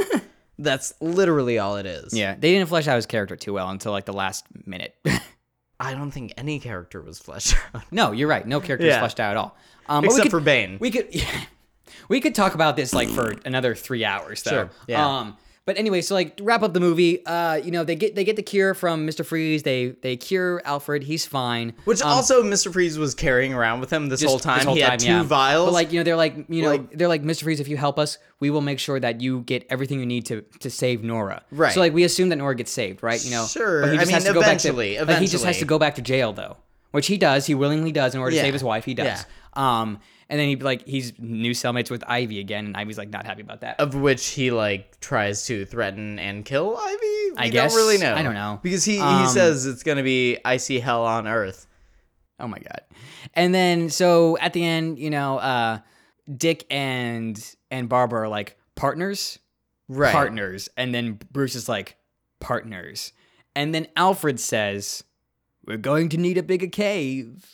Speaker 2: that's literally all it is.
Speaker 1: yeah they didn't flesh out his character too well until like the last minute [laughs]
Speaker 2: I don't think any character was fleshed [laughs] out.
Speaker 1: no you're right no character was
Speaker 2: Yeah.
Speaker 1: fleshed out at all um, but we
Speaker 2: Except
Speaker 1: could-
Speaker 2: for Bane.
Speaker 1: we could [laughs] we could talk about this like for another three hours though
Speaker 2: Sure, yeah.
Speaker 1: um but anyway so like to wrap up the movie uh you know they get they get the cure from mr freeze they they cure alfred he's fine
Speaker 2: Which also, Mr. Freeze was carrying around with him this whole
Speaker 1: Um, just this
Speaker 2: time. he had
Speaker 1: time,
Speaker 2: two
Speaker 1: yeah.
Speaker 2: vials.
Speaker 1: But like you know, they're like you know,
Speaker 2: Like-
Speaker 1: they're like Mr. Freeze. If you help us, we will make sure that you get everything you need to to save Nora.
Speaker 2: Right.
Speaker 1: So like we assume that Nora gets saved, right? You know,
Speaker 2: Sure.
Speaker 1: But he
Speaker 2: I
Speaker 1: just
Speaker 2: mean,
Speaker 1: has to go back to
Speaker 2: eventually,
Speaker 1: like, he just has
Speaker 2: eventually.
Speaker 1: to go back to jail though, which he does. He willingly does in order
Speaker 2: Yeah.
Speaker 1: to save his wife. He does.
Speaker 2: Yeah.
Speaker 1: Um, and then he like he's new cellmates with Ivy again, and Ivy's like not happy about that.
Speaker 2: of which he like tries to threaten and kill Ivy. We
Speaker 1: I
Speaker 2: don't
Speaker 1: guess.
Speaker 2: really know.
Speaker 1: I don't know.
Speaker 2: because he he
Speaker 1: Um,
Speaker 2: says it's gonna be icy hell on Earth.
Speaker 1: Oh my god. And then so at the end, you know, uh, Dick and and Barbara are like partners.
Speaker 2: Right.
Speaker 1: partners. And then Bruce is like, partners. And then Alfred says, we're going to need a bigger cave.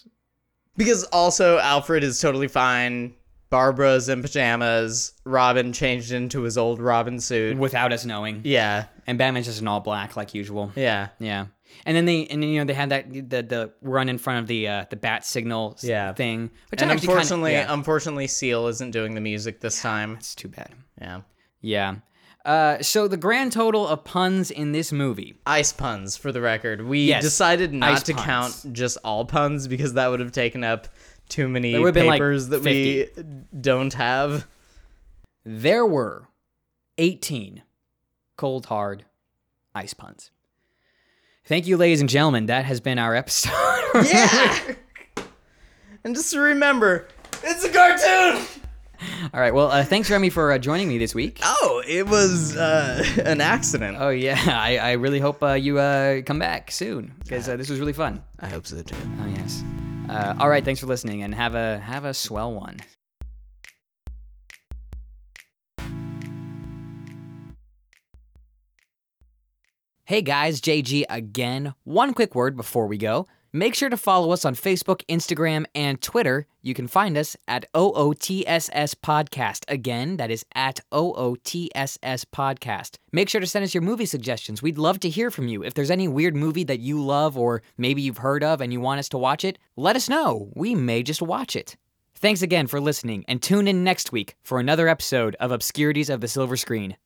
Speaker 2: Because also Alfred is totally fine. Barbara's in pajamas. Robin changed into his old Robin suit.
Speaker 1: Without us knowing.
Speaker 2: Yeah.
Speaker 1: And Batman's just in all black like usual.
Speaker 2: Yeah.
Speaker 1: Yeah. And then they, and then, you know, they had that, the, the run in front of the, uh, the bat signal s-
Speaker 2: Yeah.
Speaker 1: thing. Which
Speaker 2: And
Speaker 1: I actually kinda-
Speaker 2: unfortunately, um,
Speaker 1: yeah.
Speaker 2: unfortunately, Seal isn't doing the music this time.
Speaker 1: it's too bad.
Speaker 2: Yeah.
Speaker 1: Yeah. Uh, so the grand total of puns in this movie.
Speaker 2: ice puns for the record. We
Speaker 1: Yes,
Speaker 2: decided not
Speaker 1: ice
Speaker 2: to
Speaker 1: puns.
Speaker 2: count just all puns because that would have taken up too many
Speaker 1: There would've been, like,
Speaker 2: papers that we don't have.
Speaker 1: There were 18 cold hard ice puns. Thank you, ladies and gentlemen. That has been our episode. [laughs]
Speaker 2: Yeah. [laughs] and just remember, it's a cartoon.
Speaker 1: All right. Well, uh, thanks, Remy, for uh, joining me this week.
Speaker 2: Oh, it was uh, an accident.
Speaker 1: Oh, yeah. [laughs] I, I really hope uh, you uh, come back soon because uh, this was really fun.
Speaker 2: I hope so too.
Speaker 1: Oh, yes. Uh, all right. Thanks for listening and have a, have a swell one. Hey guys, JG again. One quick word before we go. Make sure to follow us on Facebook, Instagram, and Twitter. You can find us at OOTSS Podcast. Again, that is at OOTSS Podcast. Make sure to send us your movie suggestions. We'd love to hear from you. If there's any weird movie that you love or maybe you've heard of and you want us to watch it, let us know. We may just watch it. Thanks again for listening, and tune in next week for another episode of Obscurities of the Silver Screen.